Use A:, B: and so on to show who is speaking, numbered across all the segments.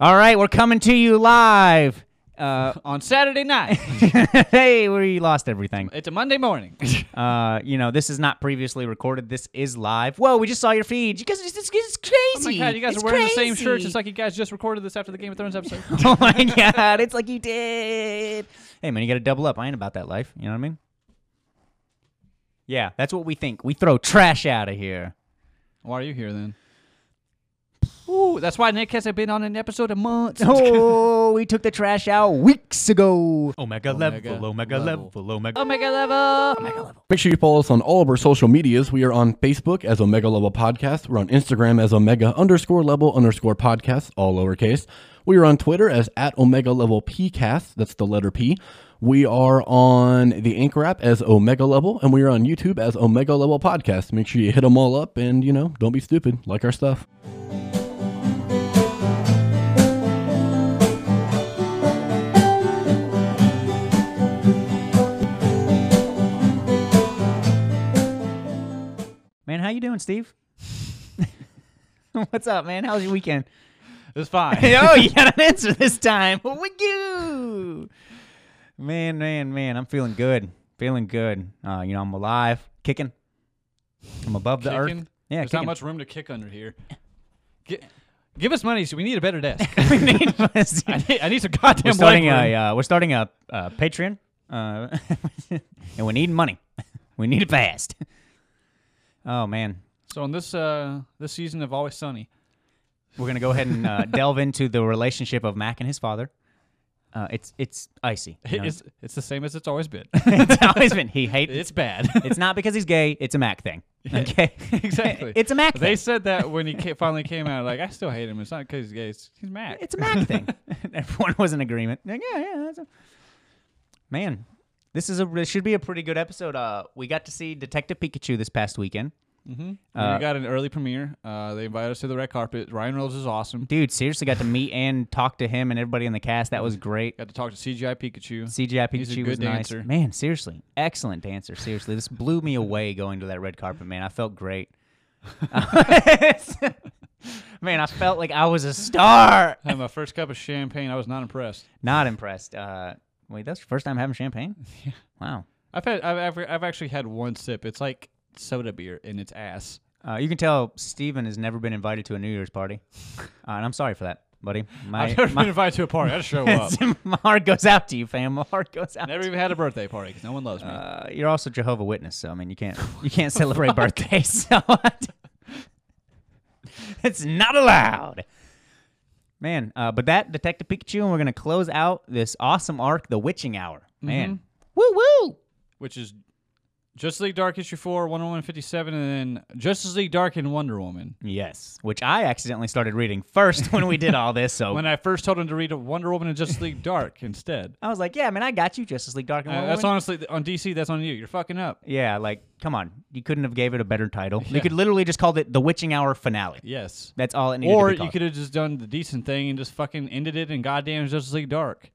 A: All right, we're coming to you live. Uh,
B: on Saturday night.
A: hey, we lost everything.
B: it's a Monday morning.
A: Uh, you know, this is not previously recorded. This is live. Whoa, we just saw your feed. You guys, this is this is crazy.
B: oh my god, you guys
A: It's
B: are wearing the same
A: crazy.
B: shirts. It's like you guys just recorded this after the Game of Thrones episode.
A: oh my god, it's like you did. Hey man, you got to double up. I ain't about that life. You know what I mean? Yeah, that's what we think. We throw trash out of here.
B: Why are you here then? Ooh, that's why Nick hasn't been on an episode in months.
A: Oh, we took the trash out weeks ago.
B: Oh,
C: Omega, level, omega level, omega.
B: Omega level. Omega level.
D: Make sure you follow us on all of our social medias. We are on Facebook as Omega Level Podcast. We're on Instagram as Omega underscore level underscore podcast, all lowercase. We are on Twitter as at Omega Level PCast. That's the letter P. We are on the Anchor app as Omega Level, and we are on YouTube as Omega Level Podcast. Make sure you hit them all up and, you know, don't be stupid. Like our stuff.
A: Man, how you doing, Steve? What's up, man? How was your weekend?
B: It's fine.
A: oh, you got an answer this time. We do. Man, man, man, I'm feeling good. Feeling good. Uh, you know, I'm alive, kicking. I'm above the earth.
B: Kicking?
A: Yeah,
B: There's
A: kicking.
B: not much room to kick under here. Gi- give us money so we need a better desk.
A: We need-
B: I,
A: we're
B: need, I need some goddamn
A: starting
B: leg
A: a
B: room.
A: uh, we're starting a uh, Patreon, uh, and we need money. We need it fast. Oh man,
B: So on this uh, this season of Always Sunny,
A: we're gonna go ahead and uh, delve into the relationship of Mac and his father. Uh, it's it's icy. you know.
B: it's, it's the same as it's always been.
A: it's always been he hates
B: it's bad.
A: It's not because he's gay. It's a Mac thing. Okay.
B: exactly.
A: It's a Mac
B: They
A: thing.
B: said that when he ca- finally came out, like I still hate him. It's not because he's gay. It's, he's mad.
A: It's a Mac thing. Everyone was in agreement. Like, yeah, yeah. That's a... Man, this is a this should be a pretty good episode. Uh, we got to see Detective Pikachu this past weekend. Uh,
B: we got an early premiere. Uh, they invited us to the red carpet. Ryan Reynolds is awesome.
A: Dude, seriously, got to meet and talk to him and everybody in the cast. That was great.
B: Got to talk to CGI Pikachu.
A: CGI Pikachu
B: He's a
A: was
B: good dancer.
A: nice. Man, seriously, excellent dancer. Seriously, this blew me away going to that red carpet. Man, I felt great. man, I felt like I was a star.
B: Had my first cup of champagne. I was not impressed.
A: Not impressed. Uh, wait, that's your first time having champagne? Yeah. Wow.
B: I've had. I've, I've, I've actually had one sip. It's like soda beer in its ass.
A: Uh, you can tell Steven has never been invited to a New Year's party. Uh, and I'm sorry for that, buddy. My,
B: I've never been
A: my,
B: invited to a party. I just show up.
A: my heart goes out to you, fam. My heart goes out.
B: Never
A: to you.
B: even had a birthday party because no one loves me.
A: Uh, you're also Jehovah Witness, so I mean you can't you can't celebrate birthdays. So it's not allowed. Man, uh, but that Detective Pikachu, and we're gonna close out this awesome arc, The Witching Hour. Man,
B: Mm-hmm.
A: woo woo.
B: which is Justice League Dark issue four, Wonder Woman fifty seven, and then Justice League Dark and Wonder Woman.
A: Yes, which I accidentally started reading first when we did all this. So
B: When I first told him to read Wonder Woman and Justice League Dark instead.
A: I was like, yeah, man, I got you, Justice League Dark and
B: Uh,
A: Wonder
B: that's
A: Woman.
B: honestly on DC. That's on you. You're fucking up.
A: Yeah, like, come on, you couldn't have gave it a better title. You could literally just called it the Witching Hour Finale.
B: Yes.
A: That's all it needed
B: Or
A: to be
B: you
A: called.
B: could have just done the decent thing and just fucking ended it in goddamn Justice League Dark.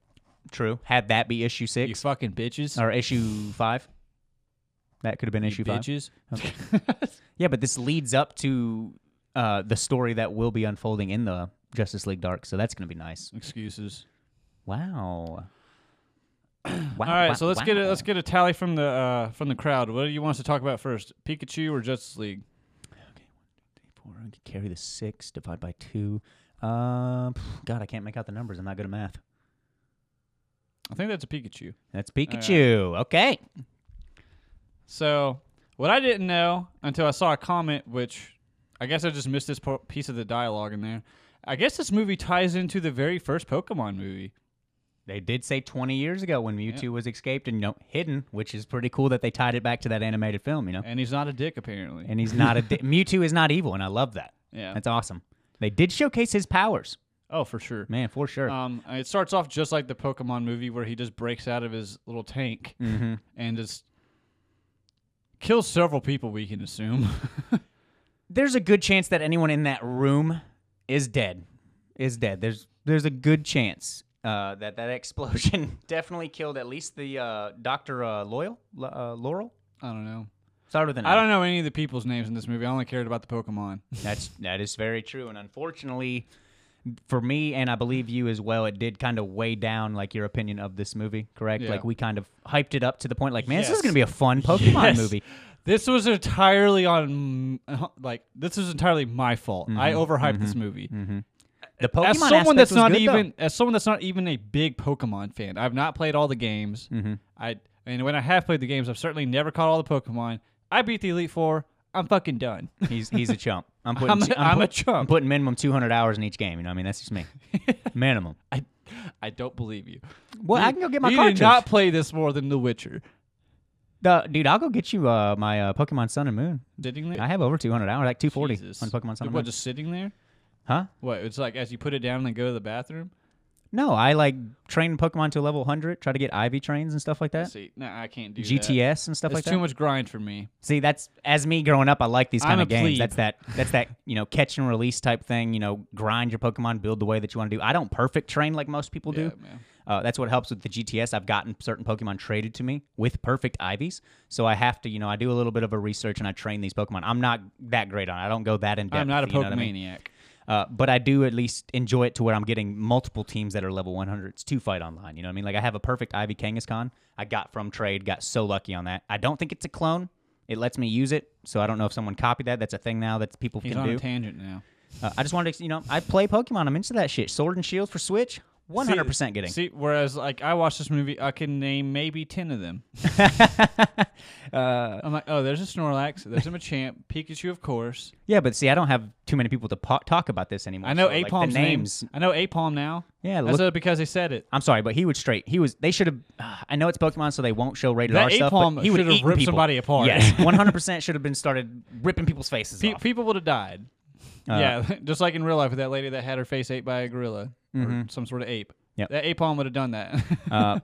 A: True. Had that be issue
B: You
A: six
B: fucking bitches.
A: or issue five. That could have been issue five.
B: bitches.
A: Yeah, but this leads up to uh, the story that will be unfolding in the Justice League Dark, so that's gonna be nice.
B: Excuses.
A: Wow. wow
B: All right, so let's get a, let's get a tally from the uh, from the crowd. What do you want us to talk about first? Pikachu or Justice League?
A: four. I could carry the six, divide by two. Um, God, I can't make out the numbers. I'm not good at math.
B: I think that's a Pikachu.
A: That's Pikachu. Okay.
B: So, what I didn't know until I saw a comment, which I guess I just missed this po- piece of the dialogue in there. I guess this movie ties into the very first Pokemon movie.
A: They did say 20 years ago when Mewtwo was escaped and you know, hidden, which is pretty cool that they tied it back to that animated film, you know.
B: And he's not a dick, apparently.
A: And he's not a di- Mewtwo is not evil, and I love that.
B: yeah.
A: That's awesome. They did showcase his powers,
B: oh, for sure.
A: man, for sure.
B: Um, it starts off just like the Pokemon movie where he just breaks out of his little tank and just kills several people, we can assume.
A: there's a good chance that anyone in that room is dead. Is dead. There's there's a good chance uh, that that explosion definitely killed at least the uh, Doctor uh, Loyal L- uh, Laurel.
B: I don't know.
A: Started with an
B: I don't know any of the people's names in this movie. I only cared about the Pokemon.
A: That's that is very true, and unfortunately, for me and I believe you as well, it did kind of weigh down like your opinion of this movie, correct?
B: Yeah.
A: Like we kind of hyped it up to the point like, man, this
B: Yes.
A: is gonna be a fun Pokemon
B: Yes.
A: movie.
B: This was entirely on, uh, like, this was entirely my fault. I overhyped this movie.
A: The Pokemon
B: as someone
A: aspect
B: that's
A: was
B: not
A: good, though.
B: even as someone that's not even a big Pokemon fan, I've not played all the games. I and when I have played the games, I've certainly never caught all the Pokemon. I beat the Elite Four. I'm fucking done.
A: He's he's a chump. I'm putting
B: I'm a-
A: two-
B: I'm a
A: put-
B: chump.
A: I'm putting minimum 200 hours in each game. You know, what I mean that's just me. minimum.
B: I I don't believe you.
A: Well, I can go get my
B: you
A: cartridge.
B: did not play this more than The Witcher,
A: The- dude, I'll go get you uh, my uh, Pokemon Sun and Moon.
B: didn't you?
A: I have over 200 hours, like 240
B: Jesus.
A: on Pokemon Sun and
B: What,
A: Moon.
B: just sitting there?
A: huh?
B: What? It's like as you put it down and go to the bathroom.
A: No, I like train Pokemon to level 100, try to get Ivy trains and stuff like that.
B: See, no, I can't do that.
A: GTS and stuff
B: It's
A: like
B: too
A: that.
B: much grind for me.
A: See, that's as me growing up, I like these kind
B: I'm
A: of
B: a
A: games.
B: plebe.
A: That's that that's that, you know, catch and release type thing, you know, grind your Pokemon, build the way that you want to do. I don't perfect train like most people do.
B: Yeah, man.
A: Uh, that's what helps with the GTS. I've gotten certain Pokemon traded to me with perfect Ivies, so I have to, you know, I do a little bit of a research and I train these Pokemon. I'm not that great on. it. I don't go that in depth.
B: I'm not a
A: you know what I
B: Pokemaniac.
A: mean? Uh, but I do at least enjoy it to where I'm getting multiple teams that are level 100s to fight online. You know what I mean? Like I have a perfect Ivy Kangaskhan I got from trade, got so lucky on that. I don't think it's a clone. It lets me use it, so I don't know if someone copied that. That's a thing now that people
B: He's
A: can
B: on a
A: do.
B: tangent now.
A: uh, I just wanted to, you know, I play Pokemon. I'm into that shit. Sword and Shield for Switch, 100% getting.
B: See, whereas like I watch this movie, I can name maybe ten of them.
A: Uh,
B: I'm like, oh, there's a Snorlax, there's a Machamp, Pikachu, of course.
A: Yeah, but see, I don't have too many people to po- talk about this anymore.
B: I know
A: so, like, the
B: Apalm's
A: names.
B: name. I know Apalm now.
A: Yeah,
B: that's
A: look-
B: uh, because they said it.
A: I'm sorry, but he would straight. He was. They should have. I know it's Pokemon, so they won't show rated
B: That
A: R stuff.
B: Apalm
A: But he would
B: should've
A: have
B: ripped somebody apart.
A: Yes, 100 percent should have been started ripping people's faces
B: Pe-
A: off. Uh,
B: people would have died. yeah, just like in real life with that lady that had her face ate by a gorilla or some sort of ape.
A: Mm-hmm. Yep.
B: that Apalm would have done that.
A: Uh,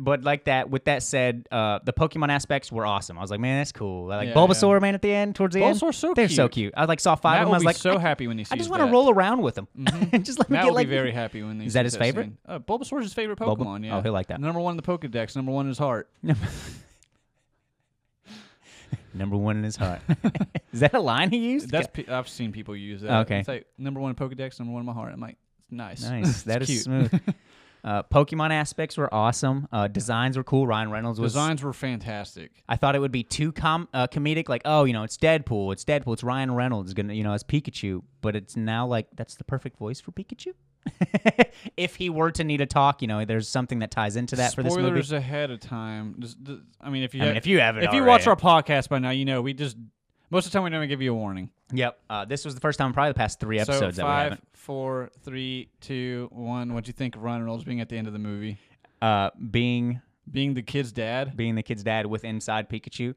A: but like that. With that said, uh, the Pokemon aspects were awesome. I was like, man, that's cool. I like
B: Yeah,
A: Bulbasaur, man, at the end, towards the end,
B: Bulbasaur's so
A: they're so
B: cute.
A: cute. I like saw five of
B: Matt
A: them.
B: will
A: I was
B: be
A: like,
B: so
A: I,
B: happy when he
A: I
B: sees
A: just want to
B: that.
A: roll around with them. just let me
B: Matt
A: get
B: will
A: like
B: be very happy when these.
A: Is that his favorite?
B: Uh, Bulbasaur's his favorite
A: Bulba-
B: Pokemon. Yeah.
A: Oh, he'll like that.
B: Number one in the Pokedex. Number one in his heart.
A: number one in his heart. Is that a line he used?
B: That's pe- I've seen people use that.
A: Okay.
B: It's like number one in Pokedex, number one in my heart. I'm like, nice.
A: Nice. That is
B: cute.
A: smooth. Uh, Pokemon aspects were awesome. Uh, designs were cool. Ryan Reynolds was.
B: Designs were fantastic.
A: I thought it would be too com- uh, comedic, like oh, you know, it's Deadpool, it's Deadpool, it's Ryan Reynolds, it's gonna, you know, it's Pikachu. But it's now like that's the perfect voice for Pikachu. if he were to need a talk, you know, there's something that ties into that for
B: Spoilers
A: this movie.
B: ahead of time. Just, th- I mean, if you
A: I mean,
B: have-
A: if you haven't,
B: if you watch our podcast by now, you know we just most of the time we don't give you a warning.
A: yep, uh, this was the first time, in probably the past three episodes
B: so
A: that we
B: five,
A: haven't.
B: four, three, two, one. What'd you think of Ryan Reynolds being at the end of the movie,
A: Uh, being
B: being the kid's dad?
A: being the kid's dad with inside Pikachu.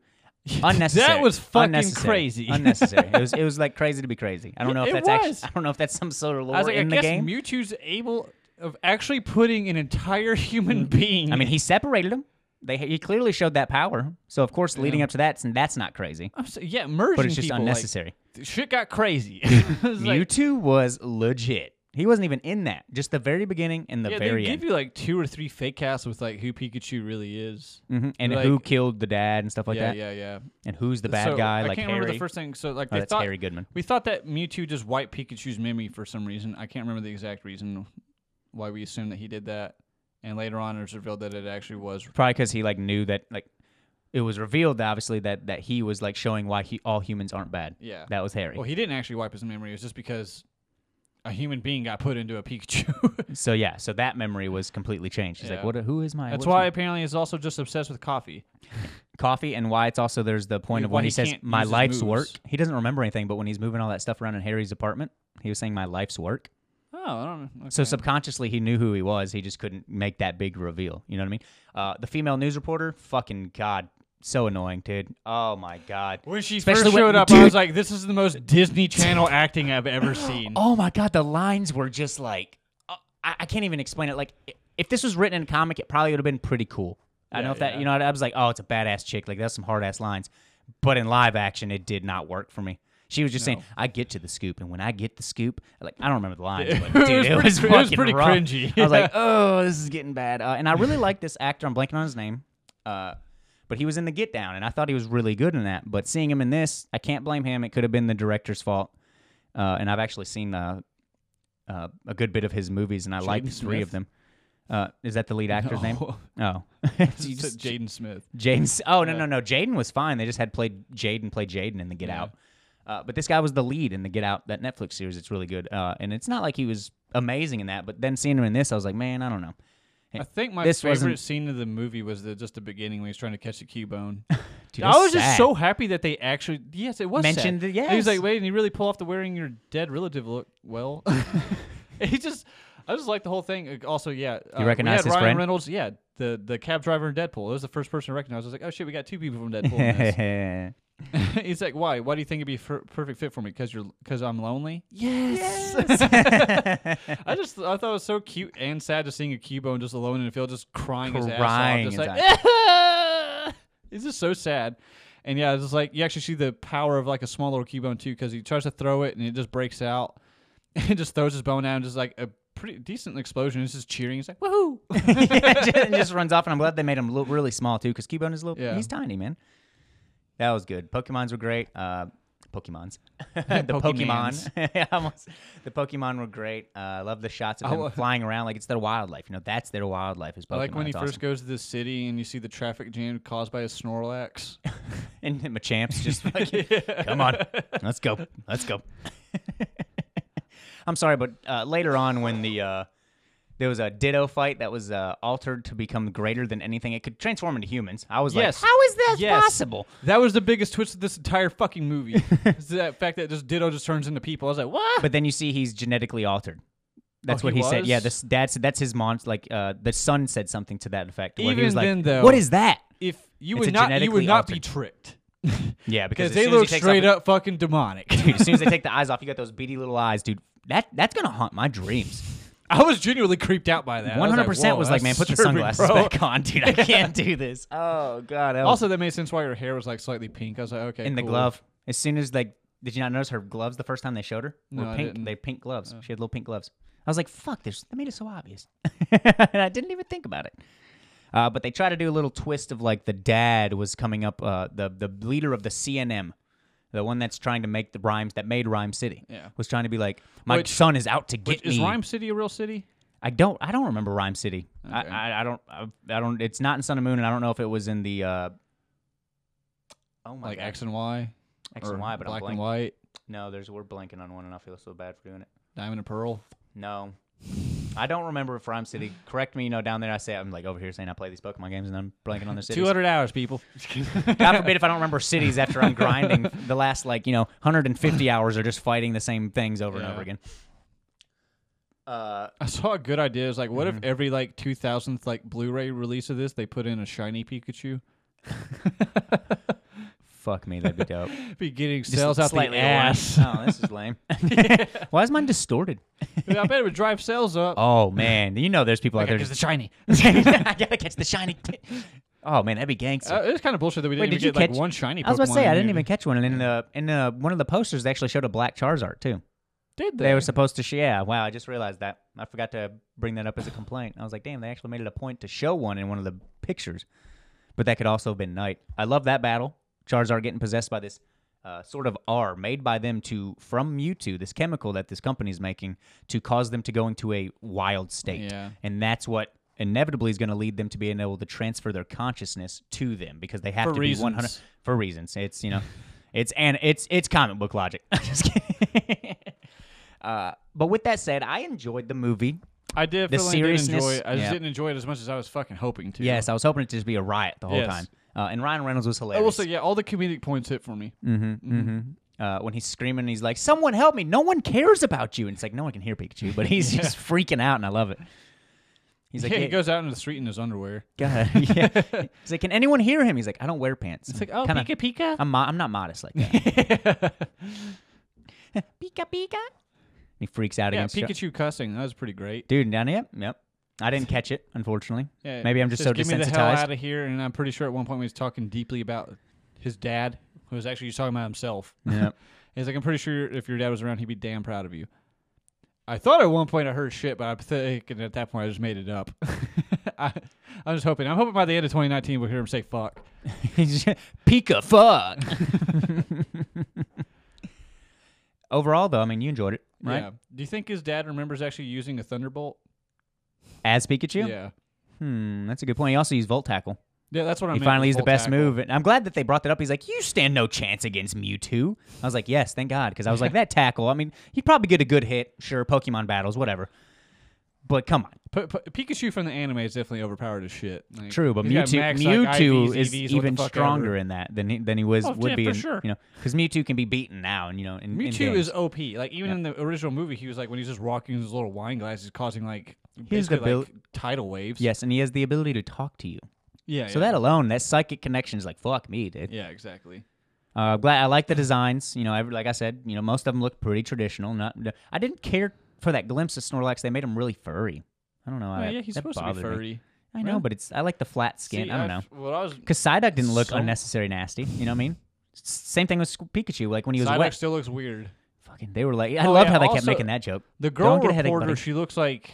A: Unnecessary.
B: was fucking
A: Unnecessary.
B: crazy.
A: Unnecessary. It was it was like crazy to be crazy. I don't know if
B: It
A: that's
B: was.
A: actually I don't know if that's some sort of lore
B: I was like,
A: in the
B: I guess
A: game.
B: Mewtwo's able of actually putting an entire human being.
A: Mm. I mean, he separated him. They he clearly showed that power. So of course, leading up to that, and that's not crazy,
B: I'm so, yeah, merging
A: but it's just
B: people, like,
A: unnecessary.
B: th- shit got crazy. It's like-
A: Mewtwo was legit. He wasn't even in that. Just the very beginning and the
B: Yeah, they
A: very
B: give
A: end,
B: you like two or three fake casts with like who Pikachu really is.
A: hmm and
B: like-
A: who killed the dad and stuff like
B: yeah,
A: that,
B: yeah, yeah.
A: and who's the bad
B: So,
A: guy,
B: I
A: like
B: can't
A: Harry.
B: remember the first thing. So like
A: oh,
B: they
A: that's
B: thought
A: Harry Goodman.
B: we thought that Mewtwo just wiped Pikachu's memory for some reason. I can't remember the exact reason why we assumed that he did that. And later on, it was revealed that it actually was.
A: Probably because he like knew that like it was revealed obviously that that he was like showing why he all humans aren't bad.
B: Yeah.
A: That was Harry.
B: Well, he didn't actually wipe his memory. It was just because a human being got put into a Pikachu.
A: So yeah, so that memory was completely changed. He's
B: Yeah.
A: like, what? Who is my?
B: That's
A: what is
B: why
A: my-
B: apparently he's also just obsessed with coffee.
A: coffee and why it's also there's the point
B: Yeah,
A: of
B: why
A: when he,
B: he
A: says
B: can't
A: my
B: use his
A: life's
B: moves.
A: work. He doesn't remember anything, but when he's moving all that stuff around in Harry's apartment, he was saying my life's work.
B: Oh, I don't know.
A: So
B: Okay.
A: subconsciously he knew who he was. He just couldn't make that big reveal. You know what I mean? Uh, the female news reporter, fucking god, so annoying, dude. Oh my god.
B: When she
A: Especially
B: first
A: when-
B: showed up, I
A: Dude.
B: was like, "This is the most Disney Channel acting I've ever seen."
A: Oh my god, the lines were just like uh, I, I can't even explain it. Like i- if this was written in a comic, it probably would have been pretty cool. I don't know if that you know I was like, oh, it's a badass chick. Like that's some hard ass lines. But in live action, it did not work for me. She was just saying, "I get to the scoop, and when I get the scoop, like I don't remember the lines, but
B: It
A: dude,
B: was
A: it was,
B: pretty cr- it was
A: fucking
B: pretty
A: rough.
B: cringy.
A: I was like, "Oh, this is getting bad." Uh, and I really like this actor. I'm blanking on his name, uh, but he was in The Get Down, and I thought he was really good in that. But seeing him in this, I can't blame him. It could have been the director's fault uh, and I've actually seen uh, uh, a good bit of his movies, and I like
B: Jaden
A: three of them.
B: Smith?
A: Uh, is that the lead actor's name?
B: No.
A: Oh, You just-
B: Just Jaden Smith.
A: Jaden's. Oh no
B: Yeah.
A: no no, Jaden was fine. They just had played Jade and played Jaden in the Get
B: Yeah.
A: Out. Uh, but this guy was the lead in the Get Out that Netflix series. It's really good, uh, and it's not like he was amazing in that. But then seeing him in this, I was like, man, I don't know.
B: I think my
A: this
B: favorite
A: wasn't-
B: scene of the movie was the just the beginning when he's trying to catch the Cubone.
A: Dude,
B: I
A: that's
B: was just
A: sad.
B: so happy that they actually yes, it was
A: Mentioned
B: sad.
A: it,
B: He was
A: yes.
B: like, wait, and you really pull off the wearing your dead relative look well. he just, I just like the whole thing. Uh, Also, yeah, uh,
A: recognize
B: we had
A: his
B: Ryan
A: friend?
B: Reynolds. Yeah, the the cab driver in Deadpool. That was the first person I recognized. I was like, oh shit, we got two people from Deadpool. in this.
A: yeah,
B: He's like, why? Why do you think it'd be fer- perfect fit for me? Because you're because I'm lonely. Yes. I just I thought it was so cute and sad just seeing a Cubone just alone in the field, just crying,
A: Crying
B: his
A: his
B: ass off. Just like, it's just so sad. And yeah, it's just like you actually see the power of like a small little Cubone too, because he tries to throw it and it just breaks out. and just throws his bone out and just like a pretty decent explosion. It's just cheering. It's like woohoo!
A: just, and just runs off, and I'm glad they made him look really small too, because Cubone is little.
B: Yeah.
A: He's tiny, man. That was good. Pokemons were great. Uh, Pokemons, the
B: Pokemons.
A: Pokemon, I almost, the Pokemon were great. Uh, I love the shots of
B: I
A: them
B: lo-
A: flying around like it's their wildlife. You know, that's their wildlife. Is Pokemon.
B: I like when he
A: It's
B: first goes to the city and you see the traffic jam caused by a Snorlax.
A: awesome. and Machamp's just like, come on, let's go, let's go. I'm sorry, but uh, later on when the uh, there was a Ditto fight that was uh, altered to become greater than anything, it could transform into humans. I was
B: Yes.
A: like, how is that
B: Yes.
A: possible?
B: That was the biggest twist of this entire fucking movie. is that fact that just Ditto just turns into people. I was like, what?
A: But then you see he's genetically alterred. That's
B: Oh,
A: what
B: he
A: he, said. Yeah,
B: was?
A: this dad said that's his mom's like uh, the son said something to that effect. Where he
B: Even
A: was like,
B: then, though-
A: what is that?
B: if you
A: It's
B: would
A: a
B: not, you would
A: genetically
B: not be
A: altered-
B: tricked
A: Yeah, because
B: because
A: as
B: they
A: soon as he
B: look
A: takes
B: straight
A: off-
B: up fucking demonic.
A: Dude, as soon as they take the eyes off, you got those beady little eyes, dude. That that's gonna haunt my dreams.
B: I was genuinely creeped out by that. I
A: One hundred percent
B: "Whoa,
A: was like,
B: that's
A: man, put the
B: disturbing,
A: sunglasses
B: bro."
A: back on, dude. I can't do this. Oh god. that was-
B: Also, that made sense why her hair was like slightly pink. I was like, okay,
A: in the
B: cool.
A: glove, as soon as like, did you not notice her gloves the first time they showed her? Were
B: No, I
A: pink.
B: didn't.
A: They pink gloves. She had little pink gloves. I was like, fuck, this that made it so obvious, and I didn't even think about it. Uh, but they try to do a little twist of like the dad was coming up, uh, the the leader of the CNM, the one that's trying to make the rhymes that made Rhyme City.
B: Yeah.
A: was trying to be like, my
B: Which-
A: son is out to
B: Which,
A: get
B: is
A: me.
B: Rhyme City a real city?
A: I don't. I don't remember Rhyme City. I,
B: Okay.
A: I, I don't. I, I don't. It's not in Sun and Moon, and I don't know if it was in the. Uh, oh my
B: Like
A: god,
B: X and Y,
A: X and
B: or
A: Y, but
B: black
A: I'm blanking.
B: and white,
A: No, there's we're blanking on one, and I feel so bad for doing it.
B: diamond and pearl.
A: No, I don't remember if Rhyme City. Correct me, you know, down there. I say I'm like over here saying I play these Pokemon games, and I'm blanking on their
B: Two
A: cities.
B: hundred hours, people.
A: God forbid if I don't remember cities after I'm grinding the last like you know 150 hours or just fighting the same things over and
B: Yeah.
A: over again. Uh,
B: I saw a good idea. It's like, what
A: Mm-hmm.
B: if every like two thousandth like Blu-ray release of this, they put in a shiny Pikachu?
A: fuck me, that'd be dope.
B: Be getting
A: Just
B: sales out the
A: slightly orange.
B: ass.
A: Oh, this is lame. Why is mine distorted?
B: I bet it would drive sales up.
A: Oh man, you know there's people out there.
B: Because
A: just-
B: shiny.
A: I gotta catch the shiny. Oh man, that'd be gangster.
B: Uh, it was kind of bullshit that we didn't
A: Wait,
B: even
A: did you
B: get like
A: catch-
B: one shiny.
A: I was about to
B: Pokemon
A: say
B: in
A: I
B: the
A: didn't
B: movie.
A: even catch one, and in the in uh, one of the posters they actually showed a black Charizard too.
B: Did
A: They were supposed to, sh- yeah. Wow, I just realized that. I forgot to bring that up as a complaint. I was like, damn, they actually made it a point to show one in one of the pictures. But that could also have been Night. I love that battle. Charizard getting possessed by this uh, sort of R made by them to from Mewtwo, this chemical that this company is making to cause them to go into a wild state,
B: Yeah.
A: and that's what inevitably is going to lead them to being able to transfer their consciousness to them because they have
B: For
A: to be one hundred
B: reasons.
A: for reasons. It's you know, it's and it's it's comic book logic. Just kidding. Uh, but with that said, I enjoyed the movie.
B: I did.
A: The
B: feel like I did enjoy.
A: seriousness-
B: it. I just
A: yeah.
B: didn't enjoy it as much as I was fucking hoping to.
A: Yes, I was hoping it to just be a riot the whole
B: Yes.
A: time. Uh, and Ryan Reynolds was
B: I
A: hilarious.
B: will say, Mm-hmm. yeah, all the comedic points hit for me.
A: Mm. uh, when he's screaming, he's like, "Someone help me! No one cares about you!" And it's like, no one can hear Pikachu, but he's just freaking out, and I love it. He's like,
B: yeah, he
A: "Yeah,
B: goes out into the street in his underwear.
A: God, yeah. He's like, can anyone hear him? He's like, I don't wear pants. It's
B: oh, Pika.
A: I'm, mo- I'm not modest like that. pika pika. He freaks out
B: Yeah,
A: against Char-
B: Pikachu cussing. That was pretty great.
A: Dude, down yep, yep. I didn't catch it, unfortunately.
B: Yeah,
A: Maybe I'm just, so
B: give
A: desensitized.
B: me the hell out of here. And I'm pretty sure at one point when he's talking deeply about his dad, who was actually just talking about himself.
A: Yep.
B: He's like, I'm pretty sure if your dad was around, he'd be damn proud of you. I thought at one point I heard shit, but I'm thinking at that point I just made it up. I, I'm just hoping. I'm hoping by the end of 2019 we'll hear him say fuck.
A: He's just, Pika fuck. Overall, though, I mean, you enjoyed it, right?
B: Yeah. Do you think his dad remembers actually using a thunderbolt?
A: As Pikachu?
B: Yeah.
A: Hmm, that's a good point. He also used Volt Tackle.
B: Yeah, that's what I
A: He
B: meant.
A: finally
B: with
A: used the
B: full
A: best
B: tackle.
A: move. And I'm glad that they brought that up. He's like, You stand no chance against Mewtwo. I was like, Yes, thank God. Because I was like, That tackle, I mean, he'd probably get a good hit. Sure, Pokemon battles, whatever. But come on.
B: P- P- Pikachu from the anime is definitely overpowered as shit. Like,
A: True, but
B: Mm. he's got
A: Mewtwo,
B: max, like,
A: Mewtwo
B: IVs,
A: is
B: EVs, what the
A: even
B: fuck
A: stronger
B: ever.
A: in that than he, than he was
B: Oh,
A: would
B: yeah,
A: be.
B: for
A: in,
B: sure.
A: You know, because Mewtwo can be beaten now, and you know, in, in
B: Mewtwo
A: games.
B: is OP. Like even in the original movie, he was like when he's just rocking his little wine glass, he's causing like
A: Here's the
B: basically, like, tidal waves.
A: yes, and he has the ability to talk to you.
B: yeah.
A: So
B: yeah.
A: that alone, that psychic connection is like fuck me, dude.
B: yeah, exactly.
A: Uh, I'm glad I like the designs. You know, every, like I said, you know, most of them look pretty traditional. Not, no- I didn't care for that glimpse of Snorlax. They made him really furry. I don't know.
B: Oh,
A: I,
B: yeah, he's
A: Uh, that
B: supposed to be
A: bothered me.
B: furry.
A: I know, but it's I like the flat skin.
B: See,
A: I don't know.
B: I've- What I was
A: Because Psyduck didn't look
B: So-
A: unnecessary nasty. You know what I mean? S- Same thing with Squ- Pikachu. Like when he was
B: Psyduck
A: wet,
B: still looks weird.
A: fucking. They were like, I
B: Oh,
A: love
B: yeah,
A: how they kept
B: also-
A: making that joke.
B: The girl
A: Don't get a headache,
B: reporter,
A: buddy.
B: she looks like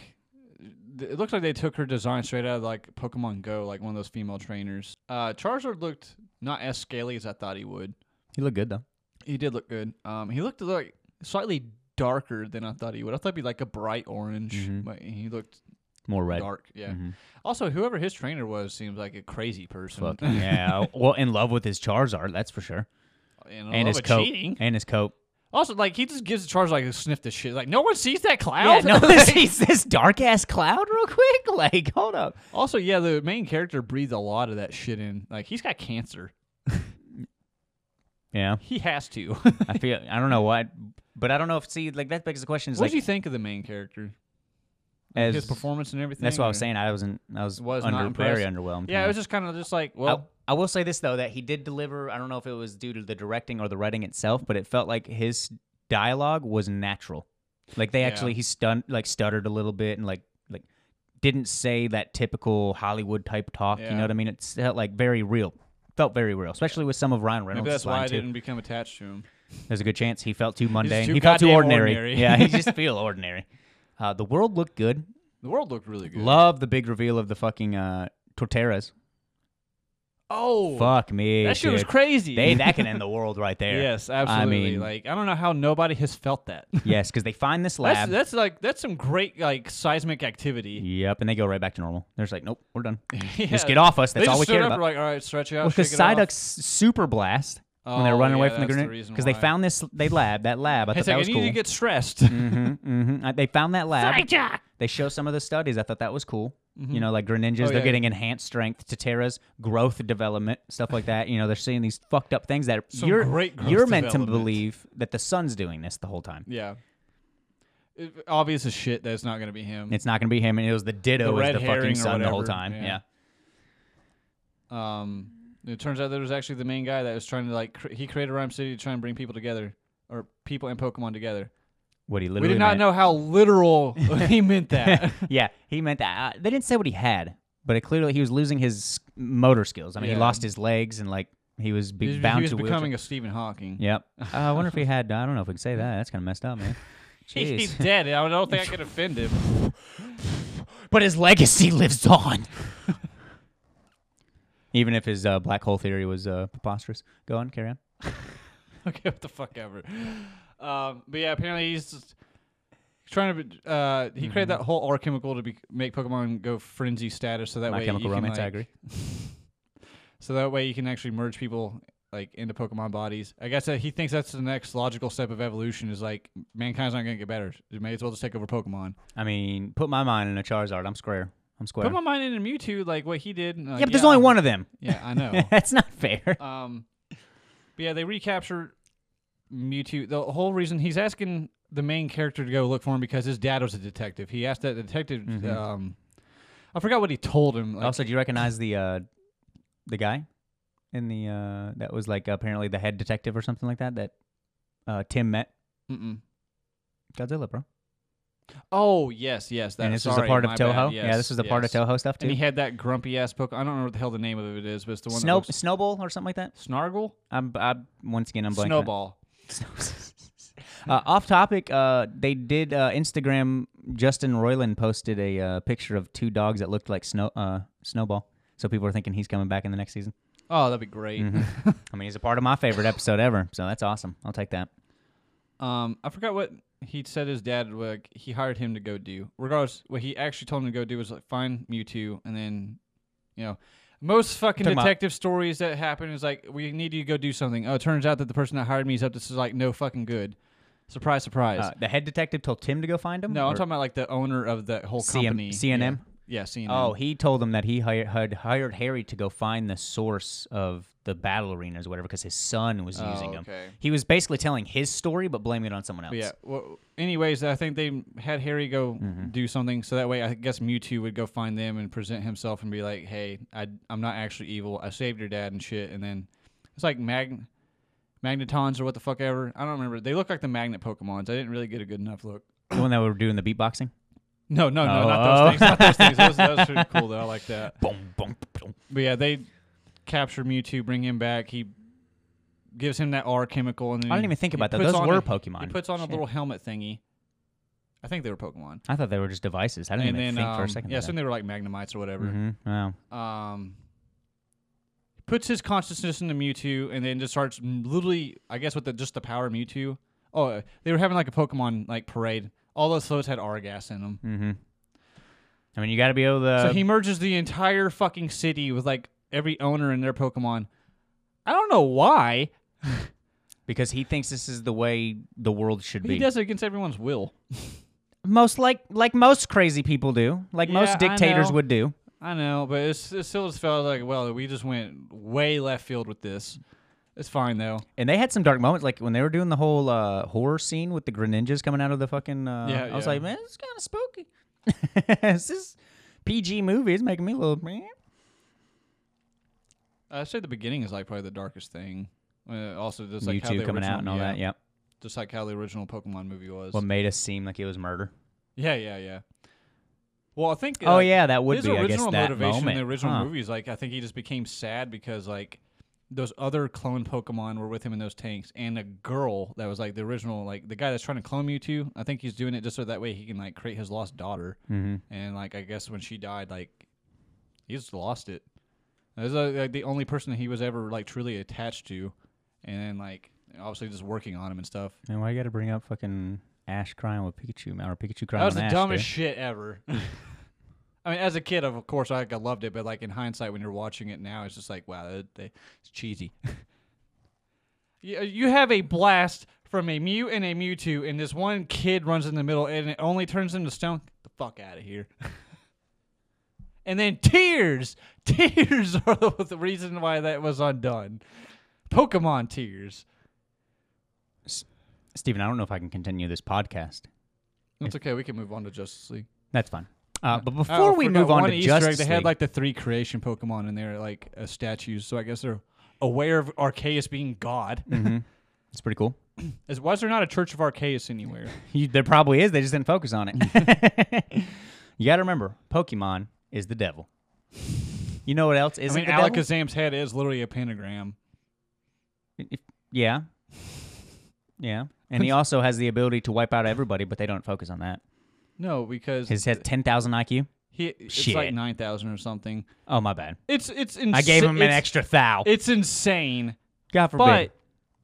B: it looks like they took her design straight out of like Pokemon Go, like one of those female trainers. Uh, Charizard looked not as scaly as I thought he would.
A: He looked good though.
B: He did look good. Um, he looked like slightly darker than I thought he would. I thought he'd be like a bright orange,
A: Mhm.
B: but he looked
A: More red.
B: dark. Yeah.
A: Mhm.
B: Also, whoever his trainer was seems like a crazy person.
A: Fuck yeah. Well, in love with his Charizard, that's for sure.
B: and I
A: And
B: love
A: his
B: a
A: coat.
B: cheating.
A: And his coat.
B: Also, like he just gives Charizard like a sniff the shit. Like no one sees that
A: Yeah,
B: cloud.
A: no,
B: Like-
A: he's this dark ass cloud real quick. Like, hold up.
B: Also, yeah, the main character breathed a lot of that shit in. Like he's got cancer.
A: Yeah,
B: He has to.
A: I feel. I don't know what, but I don't know if see like that begs the question. Is
B: what
A: like
B: did you think of the main character? Like,
A: as
B: his performance and everything.
A: that's what I was
B: or-
A: saying. I wasn't. I was,
B: Was not
A: under, very
B: impressed.
A: underwhelmed.
B: Yeah,
A: no.
B: it was just kind of just like,
A: I-
B: well,
A: I will say this though that he did deliver. I don't know if it was due to the directing or the writing itself, but it felt like his dialogue was natural. Like they
B: Yeah.
A: actually he stun like stuttered a little bit and like like didn't say that typical Hollywood type talk. You
B: Yeah.
A: know what I mean? It felt like very real. Felt very real, especially with some of Ryan Reynolds.
B: maybe that's why
A: line
B: I
A: too.
B: didn't become attached to him.
A: There's a good chance he felt too mundane.
B: too
A: he felt too
B: goddamn
A: ordinary.
B: ordinary.
A: yeah, he just feel ordinary. Uh, the world looked good.
B: The world looked really good.
A: Love the big reveal of the fucking uh, Torteras.
B: oh,
A: Fuck me.
B: that shit was
A: dude.
B: crazy.
A: They that can end the world right there.
B: yes, absolutely.
A: mean-
B: like I don't know how nobody has felt that.
A: Yes, because they find this
B: that's
A: lab.
B: that's like that's some great like seismic activity.
A: Yep, and they go right back to normal. They're just like, nope, we're done.
B: Yeah.
A: Just get off us.
B: They
A: That's all
B: just
A: we
B: stood
A: care
B: up,
A: about.
B: Like all right, stretch it out.
A: Because
B: shake it off.
A: Psyducke's super blast when they're
B: Oh,
A: running away
B: yeah,
A: from the
B: that's the
A: grenade
B: reason
A: because they
B: why.
A: found this they lab that lab. I
B: Hey,
A: thought
B: it's
A: that
B: like, I
A: was
B: need
A: cool.
B: to get stressed.
A: hmm hmm they found that lab. They show some of the studies. I thought that was cool. You know, like Greninjas,
B: Oh,
A: they're
B: yeah.
A: getting enhanced strength, Tatera's growth development, stuff like that. You know, they're seeing these fucked up things that
B: Some
A: you're
B: great growth
A: you're meant to
B: development.
A: believe that the sun's doing this the whole time.
B: Yeah. It, obvious as shit that it's not going to be him.
A: It's not going to be him, and it was the ditto
B: The
A: as
B: red
A: the
B: herring
A: fucking
B: or
A: sun the whole
B: whatever,
A: time.
B: yeah.
A: yeah.
B: um, it turns out there was actually the main guy that was trying to like cr- he created Rhyme City to try and bring people together or people and Pokemon together.
A: What he
B: We
A: literally
B: did not
A: meant.
B: know how literal he meant that.
A: yeah, he meant that. Uh, they didn't say what he had, but it clearly he was losing his motor skills. I mean,
B: Yeah.
A: he lost his legs and like he was be-
B: He's,
A: bound
B: he was
A: to a wheelchair.
B: becoming a Stephen Hawking.
A: Yep. Uh, I wonder if he had. I don't know if we can say that. That's kind of messed up, man.
B: He's
A: Jeez.
B: dead. I don't think I could offend him.
A: but his legacy lives on. Even if his uh, black hole theory was uh, preposterous. Go on, carry on.
B: okay, what the fuck ever. Um, but yeah, apparently he's just trying to. be- Uh, he
A: Mm-hmm.
B: created that whole alchemical to be, make Pokemon go frenzy status, so that
A: My
B: way
A: Chemical
B: you can,
A: Romance, I
B: like-
A: agree.
B: So that way you can actually merge people like into Pokemon bodies. I guess that he thinks that's the next logical step of evolution. Is like mankind's not gonna get better. You may as well just take over Pokemon.
A: I mean, put my mind in a Charizard. I'm square. I'm square.
B: Put my mind into Mewtwo, like what he did. and, like,
A: yeah, but there's only one of them.
B: Yeah, I know.
A: That's not fair.
B: Um, but yeah, they recapture Mewtwo. The whole reason he's asking the main character to go look for him because his dad was a detective. He asked that detective.
A: Mm-hmm.
B: Um, I forgot what he told him. Like,
A: also, do you recognize the uh, the guy in the uh, that was like apparently the head detective or something like that that uh, Tim met
B: mm-mm.
A: Godzilla, bro.
B: oh yes, yes. That,
A: and this
B: sorry,
A: was a part of
B: my
A: Toho.
B: Bad, yes,
A: yeah, this was a part of
B: yes.
A: Toho stuff
B: And he
A: too.
B: had that grumpy ass Pokemon. I don't know what the hell the name of it is, but it's the one
A: Snow
B: that looks
A: Snowball or something like that.
B: Snargle,
A: I'm, I'm once again I'm blanking.
B: Snowball.
A: uh, off topic, uh, they did uh, Instagram. Justin Roiland posted a uh, picture of two dogs that looked like snow uh, Snowball. So people are thinking he's coming back in the next season.
B: Oh, that'd be great.
A: I mean, he's a part of my favorite episode ever, so that's awesome. I'll take that.
B: Um, I forgot what he said his dad like he hired him to go do. Regardless, what he actually told him to go do was like find Mewtwo, and then you know most fucking
A: Took 'em out.
B: detective stories that happen is like we need you to go do something. Oh, it turns out that the person that hired me is up to s- like no fucking good. Surprise, surprise.
A: Uh, the head detective told Tim to go find him.
B: no, I'm
A: Or-
B: talking about like the owner of the whole
A: CM
B: company.
A: CNM?
B: Yeah, yeah CNM.
A: Oh, he told him that he hired, had hired Harry to go find the source of the battle arenas, whatever, because his son was using them.
B: Oh, okay.
A: He was basically telling his story, but blaming it on someone else.
B: But yeah. Well, anyways, I think they had Harry go
A: Mm-hmm.
B: do something, so that way I guess Mewtwo would go find them and present himself and be like, "Hey, I, I'm not actually evil. I saved your dad and shit." And then it's like Mag, Magnetons or what the fuck ever. I don't remember. They look like the magnet Pokemons. I didn't really get a good enough look.
A: The one that we were doing the beatboxing.
B: No, no, no,
A: Oh.
B: not those things. Not those things. Those, those are cool though. I like that.
A: Boom, boom, boom.
B: But yeah, they capture Mewtwo, bring him back. He gives him that R chemical, and then
A: I didn't
B: he-
A: even think
B: he
A: about that.
B: puts
A: Those
B: on
A: were
B: a- He
A: Pokemon.
B: puts on
A: Shit.
B: a little helmet thingy. I think they were Pokemon.
A: I thought they were just devices. I didn't
B: and
A: even
B: then
A: think for a
B: um,
A: second.
B: yeah,
A: of
B: assume
A: that.
B: they were like Magnemites or whatever.
A: Mhm, Wow.
B: Um, puts his consciousness into Mewtwo, and then just starts m- literally, I guess, with the, just the power of Mewtwo. Oh, uh, they were having like a Pokemon like parade. All those floats had Argas in them.
A: Mm-hmm. I mean, you got to be able to.
B: so he merges the entire fucking city with like every owner and their Pokemon. I don't know why.
A: because he thinks this is the way the world should be.
B: He does it against everyone's will.
A: most like like most crazy people do, like
B: Yeah, I
A: most dictators
B: know.
A: would do.
B: I know, but it's, it still just felt like, well, we just went way left field with this. It's fine though.
A: And they had some dark moments, like when they were doing the whole uh, horror scene with the Greninjas coming out of the fucking. Uh,
B: Yeah,
A: I was
B: yeah.
A: like, man, it's kind of spooky. this is PG movie. It's making me a little man.
B: I'd say the beginning is like probably the darkest thing. Uh, also, just like how
A: YouTube
B: the
A: coming
B: original,
A: out and all
B: yeah,
A: that. Yep.
B: Just like how the original Pokemon movie was.
A: What made us seem like it was murder?
B: yeah, yeah, yeah. Well, I think.
A: Oh
B: uh,
A: yeah, that would
B: his
A: be. I guess
B: original
A: that
B: motivation
A: moment.
B: in the original
A: Huh.
B: movies, like I think he just became sad because like those other clone Pokemon were with him in those tanks, and a girl that was like the original, like the guy that's trying to clone Mewtwo. I think he's doing it just so that way he can like create his lost daughter.
A: Mm-hmm.
B: And like I guess when she died, like he's lost it. That was uh, like, like, the only person that he was ever like truly attached to, and then like obviously just working on him and stuff.
A: And why you got to bring up fucking Ash crying with Pikachu or Pikachu crying?
B: That was
A: on
B: the
A: Ash,
B: dumbest
A: dude?
B: shit ever. I mean, as a kid, of course, I, I loved it, but like in hindsight, when you're watching it now, it's just like, wow, that, that- it's cheesy. you, you have a blast from a Mew and a Mewtwo, and this one kid runs in the middle, and it only turns into stone. Get the fuck out of here. and then tears, tears are the the reason why that was undone. Pokemon tears.
A: Steven, I don't know if I can continue this podcast.
B: It's okay. We can move on to Justice League.
A: That's fine. Uh, but
B: Oh,
A: before we
B: forgot
A: move on
B: one
A: to
B: Easter
A: Justice
B: egg, they had
A: League-
B: like the three creation Pokemon in there, like uh, statues. So I guess they're aware of Arceus being God.
A: Mm. it's pretty cool.
B: As why is there not a Church of Arceus anywhere?
A: You, there probably is. They just didn't focus on it. you got to remember, Pokemon is the devil. You know what else
B: I
A: isn't
B: mean,
A: the devil?
B: Alakazam's head is literally a pentagram.
A: If- yeah, yeah. And he also has the ability to wipe out everybody, but they don't focus on that.
B: No, because
A: His has ten thousand IQ.
B: he it's
A: Shit.
B: like nine thousand or something.
A: Oh my bad.
B: It's it's insane.
A: I gave him an extra thou.
B: It's insane,
A: God
B: but
A: forbid.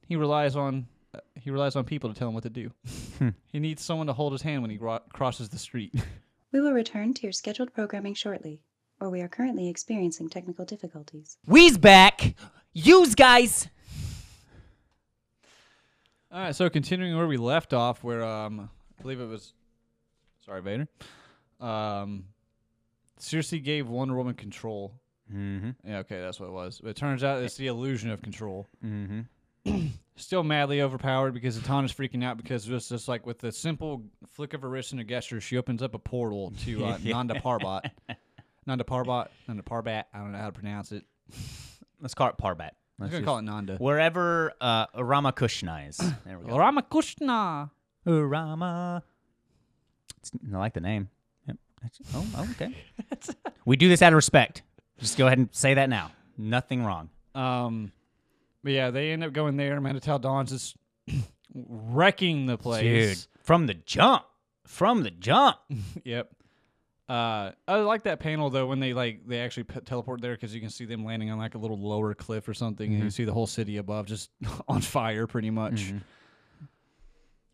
B: he relies on uh, he relies on people to tell him what to do.
A: Hmm.
B: he needs someone to hold his hand when he gro- crosses the street.
E: We will return to your scheduled programming shortly, or we are currently experiencing technical difficulties.
A: We's back. Use guys.
B: All right, so continuing where we left off, where um, I believe it was, sorry, Vader, um, seriously gave Wonder Woman control.
A: Mm-hmm.
B: Yeah, okay, that's what it was. But it turns out it's the illusion of control.
A: Mm-hmm.
B: Still madly overpowered because Atana's freaking out because just just like with the simple flick of her wrist and a gesture, she opens up a portal to uh, Nanda Parbat. Nanda Parbat, Nanda Parbat. I don't know how to pronounce it.
A: Let's call it Parbat.
B: I'm
A: Let's
B: gonna
A: just-
B: call it Nanda.
A: wherever uh, Ramakrishna is. There we go.
B: Ramakushna.
A: Urama. It's, I like the name. Yep. That's- Oh, oh, okay. we do this out of respect. Just go ahead and say that now. Nothing wrong.
B: Um, but yeah, they end up going there. Manitou Dons is wrecking the place.
A: from the jump. From the jump.
B: Yep. Uh, I like that panel though when they like they actually p- teleport there because you can see them landing on like a little lower cliff Mm-hmm. or something, and you see the whole city above just on fire pretty much.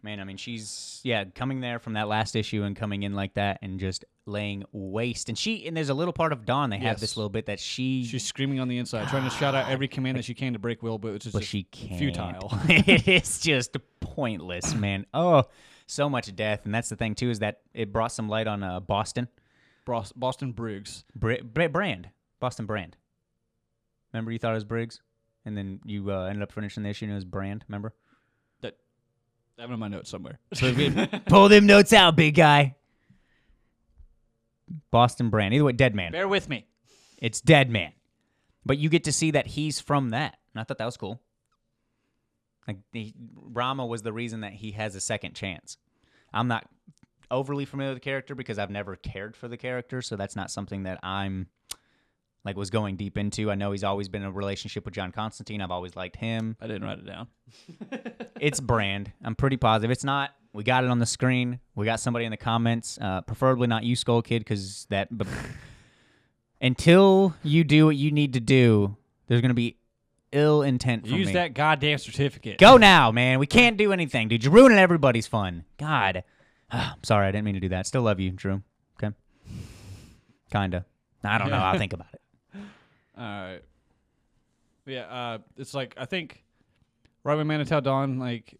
A: Man, I mean, she's yeah, coming there from that last issue and coming in like that and just laying waste. And she and there's a little part of Dawn they have
B: Yes.
A: this little bit that she
B: She's screaming on the inside, trying to shout out every command that she can to break Will, but it's just
A: but she can't.
B: futile.
A: it's just pointless, man. Oh, so much death, and that's the thing too is that it brought some light on uh, Boston
B: Bros- Boston Briggs.
A: Br- Br- Brand, Boston Brand. Remember, you thought it was Briggs, and then you uh, ended up finishing the issue and it was Brand. Remember?
B: That I have it in my notes somewhere.
A: Pull them notes out, big guy. Boston Brand. Either way, Dead Man.
B: Bear with me.
A: It's Dead Man. But you get to see that he's from that. And I thought that was cool. Like he, Rama was the reason that he has a second chance. I'm not overly familiar with the character because I've never cared for the character, so that's not something that I'm like was going deep into. I know he's always been in a relationship with John Constantine. I've always liked him.
B: I didn't write it down.
A: It's brand. I'm pretty positive. It's not. We got it on the screen. We got somebody in the comments. Uh, preferably not you, Skull Kid, because that. But until you do what you need to do, there's gonna be ill intent from
B: Use
A: me.
B: that goddamn certificate.
A: Go now, man. We can't do anything, dude. You're ruining everybody's fun. God. I'm sorry. I didn't mean to do that. Still love you, Drew. Okay. Kinda. I don't know. I'll think about it.
B: All right. Uh, Yeah, uh, it's like I think right when Manitou Dawn like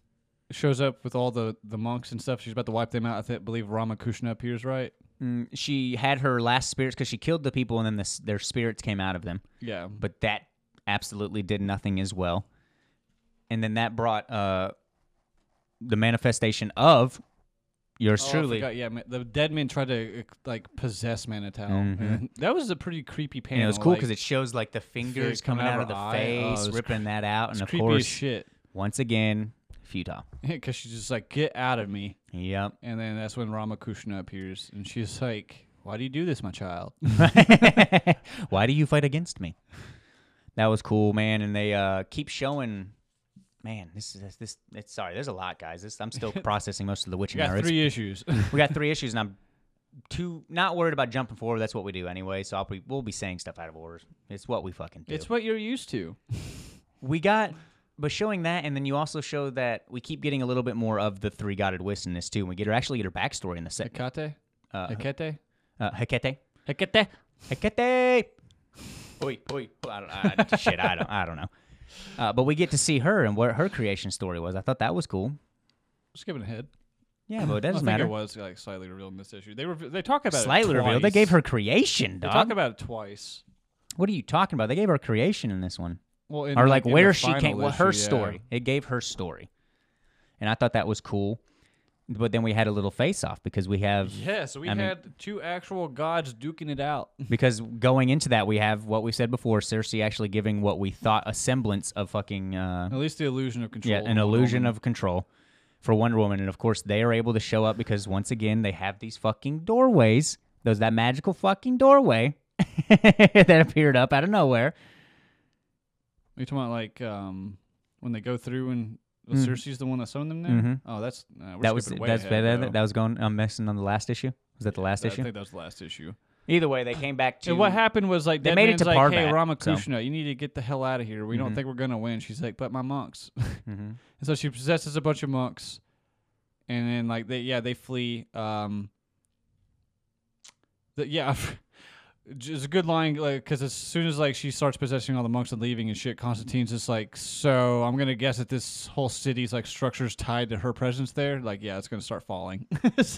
B: shows up with all the the monks and stuff, she's about to wipe them out. I think, believe Ramakrishna appears, right?
A: Mm, She had her last spirits because she killed the people, and then this, their spirits came out of them.
B: Yeah, but
A: but that absolutely did nothing as well. And then that brought uh, the manifestation of yours truly.
B: Oh, yeah. ma- The dead men tried to uh, like possess Manitou.
A: Mhm.
B: And that was a pretty creepy panel.
A: And it was cool
B: like,
A: because it shows like the fingers coming out of the
B: her eye. Oh, it
A: face,
B: was
A: ripping that out,
B: it's
A: and of
B: creepy
A: course,
B: as shit
A: once again, futile.
B: because she's just like, "Get out of me!"
A: Yep.
B: And then that's when Ramakrishna appears, and she's like, "Why do you do this, my child?"
A: Why do you fight against me? That was cool, man. And they uh, keep showing. Man, this is this. this it's, sorry, there's a lot, guys. This, I'm still processing most of the
B: We
A: Witching Hour.
B: got
A: It's
B: three issues.
A: we got three issues, and I'm too not worried about jumping forward. That's what we do anyway. So I'll be, we'll be saying stuff out of order. It's what we fucking do.
B: it's what you're used to.
A: we got, but showing that, and then you also show that we keep getting a little bit more of the three godded wits in this too. And we get her actually get her backstory in the second.
B: Hecate,
A: Uh,
B: Hecate,
A: uh, Hecate,
B: Hecate.
A: Hecate. Oi, oi! I don't, I, shit, I don't, I don't know. Uh, but we get to see her and what her creation story was. I thought that was cool.
B: Skipping ahead.
A: Yeah, but it
B: I
A: doesn't
B: think
A: matter.
B: it was like slightly revealed in this issue. They were they talk about
A: Slightly
B: it
A: revealed. They
B: twice.
A: gave her creation,
B: They
A: dog.
B: talk about it twice.
A: what are you talking about? They gave her creation in this one.
B: Well, in,
A: or like
B: in
A: where
B: the
A: she came,
B: final
A: well, her
B: issue, yeah.
A: story. It gave her story, and I thought that was cool. But then we had a little face off because we have
B: Yeah, so we
A: I mean-
B: had two actual gods duking it out.
A: because going into that we have what we said before, Cersei actually giving what we thought a semblance of fucking uh,
B: At least the illusion of control.
A: yeah, an
B: over
A: illusion
B: woman.
A: of control for Wonder Woman, and of course they are able to show up because once again they have these fucking doorways. There's that magical fucking doorway that appeared up out of nowhere.
B: You talking about like um when they go through and well,
A: Mm.
B: Cersei's the one that summoned them there?
A: Mhm.
B: Oh, that's uh, we're
A: that was
B: skipping way
A: that's
B: ahead,
A: better.
B: though.
A: That was going. I'm messing on the last issue. Was that the last
B: I
A: issue?
B: think that was the last issue.
A: Either way, they came back to
B: And what happened was like
A: They
B: Dead
A: made it
B: Man's
A: to
B: like,
A: Parbat,
B: "Hey,
A: so- Mm-hmm.
B: Ramakrishna, you need to get the hell out of here. We don't think we're gonna win." She's like, "But my monks."
A: Mhm.
B: And so she possesses a bunch of monks, and then like they yeah they flee. Um, the, yeah, it's a good line because as soon as like she starts possessing all the monks and leaving and shit, Constantine's just like, so I'm gonna guess that this whole city's like structures tied to her presence there. Like yeah, it's gonna start falling. it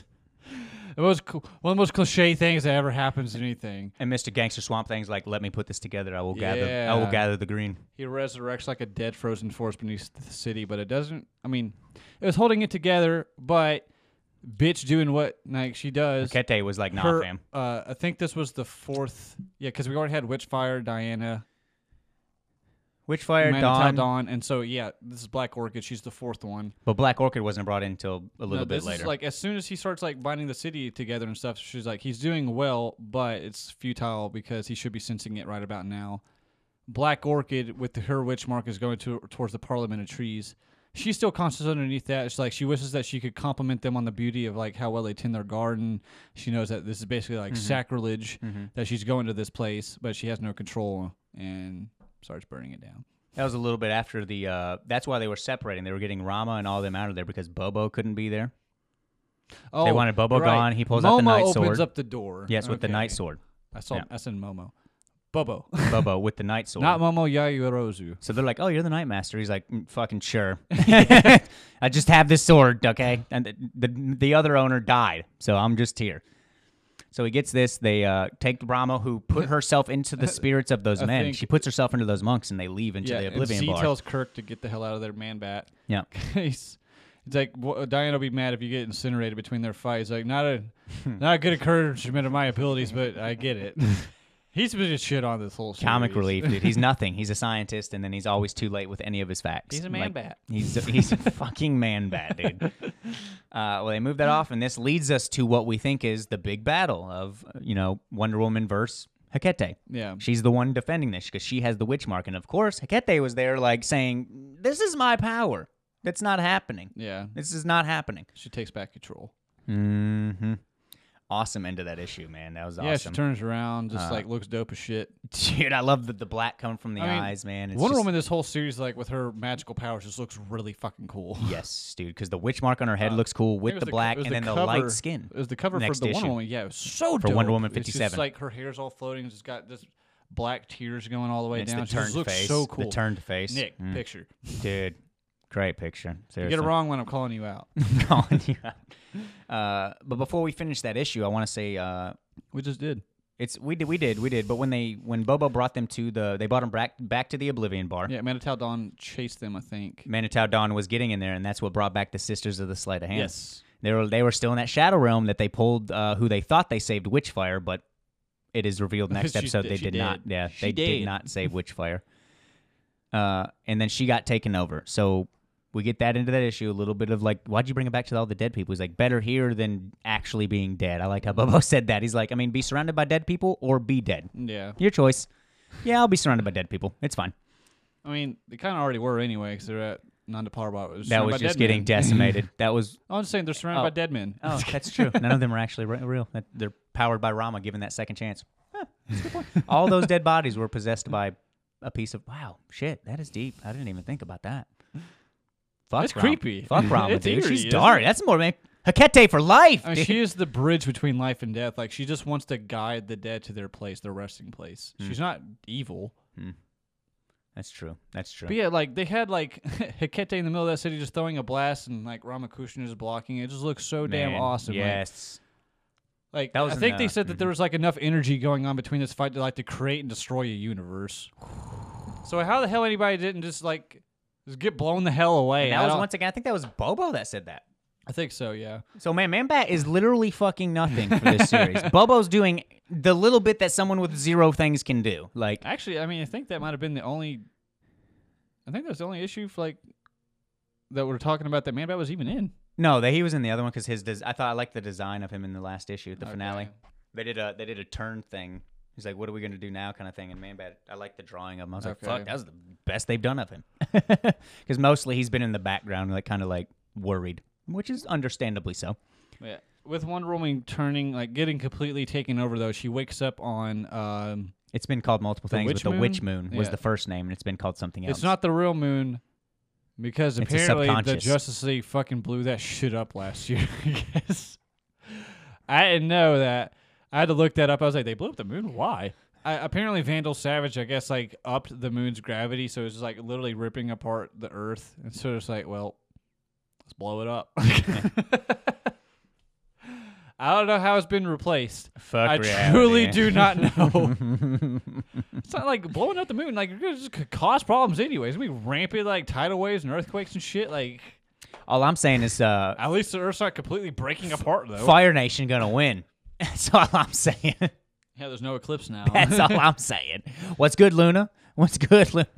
B: was cool. One of the most cliche things that ever happens in anything.
A: And Mr. Gangster Swamp Thing's like, let me put this together. I will gather. I will
B: Yeah.
A: gather the green.
B: He resurrects like a dead frozen forest beneath the city, but it doesn't. I mean, it was holding it together, but bitch doing what like she does.
A: Kete was like, nah,
B: Her-
A: fam.
B: Uh, I think this was the fourth. Yeah, because we already had Witchfire, Diana,
A: Witchfire,
B: Manitou
A: Dawn.
B: Dawn, and so yeah, this is Black Orchid. She's the fourth one.
A: But Black Orchid wasn't brought in until a little
B: No,
A: bit
B: this
A: later.
B: Is like as soon as he starts like binding the city together and stuff, she's like, he's doing well, but it's futile because he should be sensing it right about now. Black Orchid with her witch mark is going to towards the Parliament of Trees. She's still conscious underneath that. It's like she wishes that she could compliment them on the beauty of like how well they tend their garden. She knows that this is basically
A: Mm-hmm.
B: like sacrilege that she's going to this place, but she has no control and starts burning it down.
A: That was a little bit after the. Uh, that's why they were separating. They were getting Rama and all them out of there because Bobo couldn't be there.
B: Oh,
A: wanted Bobo
B: you're
A: gone. He pulls
B: Momo
A: out the knight
B: opens
A: sword.
B: up the door.
A: Yes, with the knight
B: Okay.
A: sword.
B: I saw.
A: Yeah.
B: I said Momo. Bobo.
A: Bobo with the knight sword.
B: Not Momo Yayorozu.
A: so they're like, "Oh, you're the knight master." He's like, "Mm, "Fucking sure. I just have this sword, okay?" And the, the the other owner died, so I'm just here. So he gets this. They uh, take Rama, who put herself into the spirits of those
B: I
A: men.
B: think-
A: She puts herself into those monks, and they leave into
B: Yeah,
A: the
B: and
A: oblivion
B: Z
A: bar.
B: tells Kirk to get the hell out of there, man bat.
A: yeah,
B: He's, it's like wha- Diana will be mad if you get incinerated between their fights. Like not a not a good encouragement of my abilities, but I get it. He's been just shit on this whole
A: comic
B: series.
A: relief, dude. He's nothing. He's a scientist, and then he's always too late with any of his facts.
B: He's a man
A: Like,
B: bat.
A: He's a, he's a fucking man bat, dude. Uh, well, they move that off, and this leads us to what we think is the big battle of uh, you know Wonder Woman versus Hecate.
B: Yeah.
A: She's the one defending this because she has the witch mark, and of course Hecate was there, like saying, "This is my power. That's not happening.
B: Yeah.
A: This is not happening."
B: She takes back control.
A: Mm-hmm. Awesome end of that issue, man. That was awesome. Uh,
B: Yeah, she turns around, just like looks dope as shit.
A: Dude, I love the, the black coming from the
B: I mean,
A: eyes, man. It's
B: Wonder
A: just-
B: Woman, this whole series, like with her magical powers, just looks really fucking cool.
A: Yes, dude, because the witch mark on her head looks cool
B: Uh, It
A: with
B: was
A: the
B: co-
A: black
B: it was
A: and then the light
B: cover-
A: skin.
B: It was the cover
A: Next
B: for the
A: issue.
B: Wonder Woman. Yeah, it was so
A: For
B: dope.
A: Wonder Woman
B: It's just
A: 57.
B: like her hair's all floating. It's got this black tears going all the way
A: It's
B: down.
A: the
B: She just
A: turned
B: looks
A: face.
B: so cool.
A: The turned face.
B: Nick
A: Mm,
B: picture.
A: dude, great picture.
B: You
A: Seriously.
B: get it wrong when I'm calling you out.
A: Calling you out. Uh, but before we finish that issue, I want to say uh,
B: we just did.
A: it's we did we did we did. But when they when Bobo brought them to the they brought them back back to the Oblivion Bar.
B: Yeah, Manitou Dawn chased them. I think.
A: Manitou Dawn was getting in there, and that's what brought back the Sisters of the Sleight of Hand. They were they were still in that shadow realm that they pulled uh, who they thought they saved Witchfire, but it is revealed next
B: She
A: episode
B: did-
A: they
B: she
A: did,
B: did.
A: not. Yeah,
B: She
A: they did.
B: did.
A: not save Witchfire. Uh, and then she got taken over. So we get that into that issue a little bit of like, why'd you bring it back to all the dead people? He's like, better here than actually being dead. I like how Bobo said that. He's like, I mean, be surrounded by dead people or be dead.
B: Yeah.
A: Your choice. Yeah, I'll be surrounded by dead people. It's fine.
B: I mean, they kind of already were anyway, because they're at Nanda Parbat. was
A: That
B: surrounded
A: was
B: by
A: just
B: dead
A: getting
B: men.
A: decimated. that was
B: I'm just saying they're surrounded
A: Oh.
B: by dead men.
A: Oh, that's true. None of them are actually re- real. That- They're powered by Rama, given that second chance. Huh, that's a good point. All those dead bodies were possessed by a piece of wow, shit. That is deep. I didn't even think about that. Fuck,
B: That's
A: Rama.
B: creepy.
A: Fuck Rama,
B: It's
A: dude.
B: eerie,
A: She's
B: isn't
A: dark.
B: it?
A: That's more man. Hecate for life.
B: I mean,
A: dude.
B: she is the bridge between life and death. Like she just wants to guide the dead to their place, their resting place.
A: Mm.
B: She's not evil.
A: that's true. That's true.
B: But yeah, like they had like Hecate in the middle of that city just throwing a blast and like Ramakrishna is blocking it. It just looks so damn
A: Man,
B: awesome. like-
A: Yes.
B: Like,
A: That was mm-hmm.
B: I
A: in
B: think they
A: the-
B: said that there was like enough energy going on between this fight to like to create and destroy a universe. So how the hell anybody didn't just like just get blown the hell away?
A: And
B: I,
A: that was
B: don't-
A: once again. I think that was Bobo that said that.
B: I think so, yeah.
A: So man, Man Bat is literally fucking nothing for this series. Bobo's doing the little bit that someone with zero things can do. Like
B: Actually, I mean, I think that might have been the only. I think that was the only issue for like that we're talking about that Man Bat was even in.
A: No, that he was in the other one because his. Des- I thought I liked the design of him in the last issue, the finale.
B: Okay.
A: They did a they did a turn thing. He's like, "What are we gonna do now?" kind of thing. And man, bad. I like the drawing of him. I was like,
B: Okay.
A: "Fuck, that was the best they've done of him." Because mostly he's been in the background, like kind of like worried, which is understandably so.
B: Yeah. With Wonder Woman turning like getting completely taken over though, she wakes up on um
A: It's been called multiple
B: The
A: things,
B: Witch
A: but the Witch
B: Moon?
A: Moon was
B: Yeah.
A: the first name, and it's been called something else.
B: It's not the real moon because
A: It's a
B: apparently the
A: subconscious.
B: Justice League fucking blew that shit up last year. I guess I didn't know that. I had to look that up. I was like, they blew up the moon. Why? I, apparently, Vandal Savage, I guess, like upped the moon's gravity, so it's just like literally ripping apart the Earth. And so it's like, well, let's blow it up. I don't know how it's been replaced.
A: Fuck
B: I
A: reality.
B: truly do not know. It's not like blowing up the moon. Like you're gonna just c- cause problems anyways. We rampant like tidal waves and earthquakes and shit. Like
A: All I'm saying is, uh,
B: at least the Earth's not completely breaking apart though.
A: Fire Nation gonna win. That's all I'm saying.
B: Yeah, there's no eclipse now.
A: That's all I'm saying. What's good, Luna? What's good, Luna?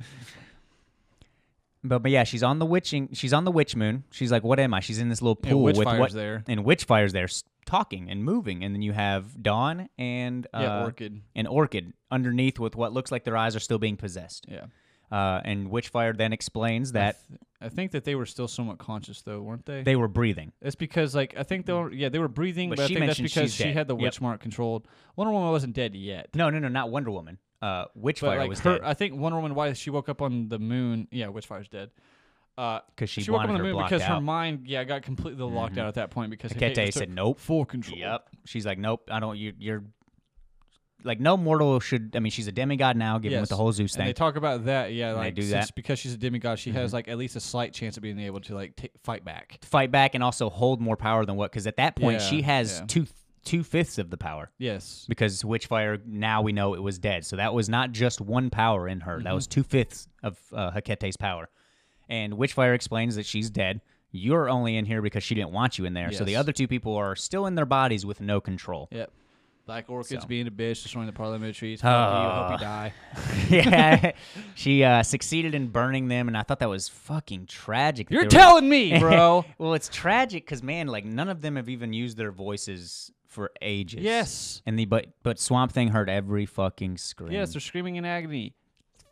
A: But but yeah, she's on the witching. She's on the witch moon. She's like, what am I? She's in this little
B: Yeah,
A: pool with
B: Witchfire's
A: what?
B: there.
A: And witchfire's there, s- talking and moving. And then you have Dawn and uh,
B: yeah, orchid.
A: and Orchid underneath with what looks like their eyes are still being possessed.
B: Yeah,
A: Uh, and Witchfire then explains that
B: I think that they were still somewhat conscious though, weren't they?
A: they were breathing.
B: That's because like I think they were. Yeah, they were breathing,
A: But
B: but,
A: she
B: I think that's
A: mentioned
B: because
A: she's
B: she
A: dead.
B: had the
A: Yep.
B: witch mark controlled. Wonder Woman wasn't dead yet.
A: No, no, no, not Wonder Woman. Uh, Witchfire
B: But like
A: was
B: her,
A: dead
B: I think Wonder Woman. Why she woke up on the moon? Yeah, Witchfire's dead. Uh,
A: because she,
B: woke
A: wanted
B: up on the
A: her
B: moon
A: blocked
B: because
A: out. Mm-hmm.
B: her mind, yeah, got completely locked out at that point because
A: Hecate
B: Hecate
A: said
B: took
A: nope.
B: full control.
A: Yep. She's like, nope, I don't. You, you're like, no mortal should. I mean, she's a demigod now, given
B: Yes.
A: with the whole Zeus
B: And they
A: thing.
B: talk about that, yeah. Like,
A: do
B: since-
A: that. Mm-hmm.
B: because she's a demigod. She has like at least a slight chance of being able to like ta fight back.
A: Fight back and also hold more power than what? Because at that point,
B: Yeah,
A: she has
B: yeah.
A: two two fifths of the power.
B: Yes,
A: Because Witchfire, now we know it was dead. So that was not just one power in her. That was
B: Mm-hmm.
A: two fifths of uh, Hecate's power. And Witchfire explains that she's dead. You're only in here because she didn't want you in there. So the
B: Yes.
A: other two people are still in their bodies with no control.
B: yep. Black orchids being a bitch, destroying the parliament trees. you, hope you die.
A: yeah, she uh, succeeded in burning them, and I thought that was fucking tragic. that
B: You're
A: there was-
B: telling me, bro.
A: well, it's tragic because man, like none of them have even used their voices for ages.
B: yes,
A: and the but but Swamp Thing heard every fucking scream.
B: yes. They're screaming in agony.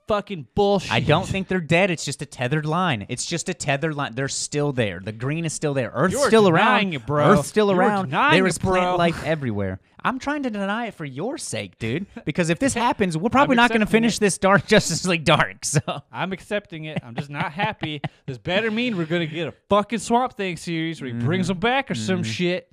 B: Fucking bullshit.
A: I don't think they're dead. It's just a tethered line. It's just a tethered line. They're still there. The green is still there. Earth's
B: You're
A: still
B: denying
A: around.
B: it, bro.
A: Earth's still
B: You're
A: around.
B: denying
A: There
B: it,
A: is plant
B: bro.
A: life everywhere. I'm trying to deny it for your sake, dude. Because if this happens, we're probably not going to
B: accepting
A: finish this Dark Justice League Dark. So
B: I'm accepting it. I'm just not happy. this better mean we're gonna get a fucking Swamp Thing series where he brings
A: Mm-hmm.
B: them back or some shit.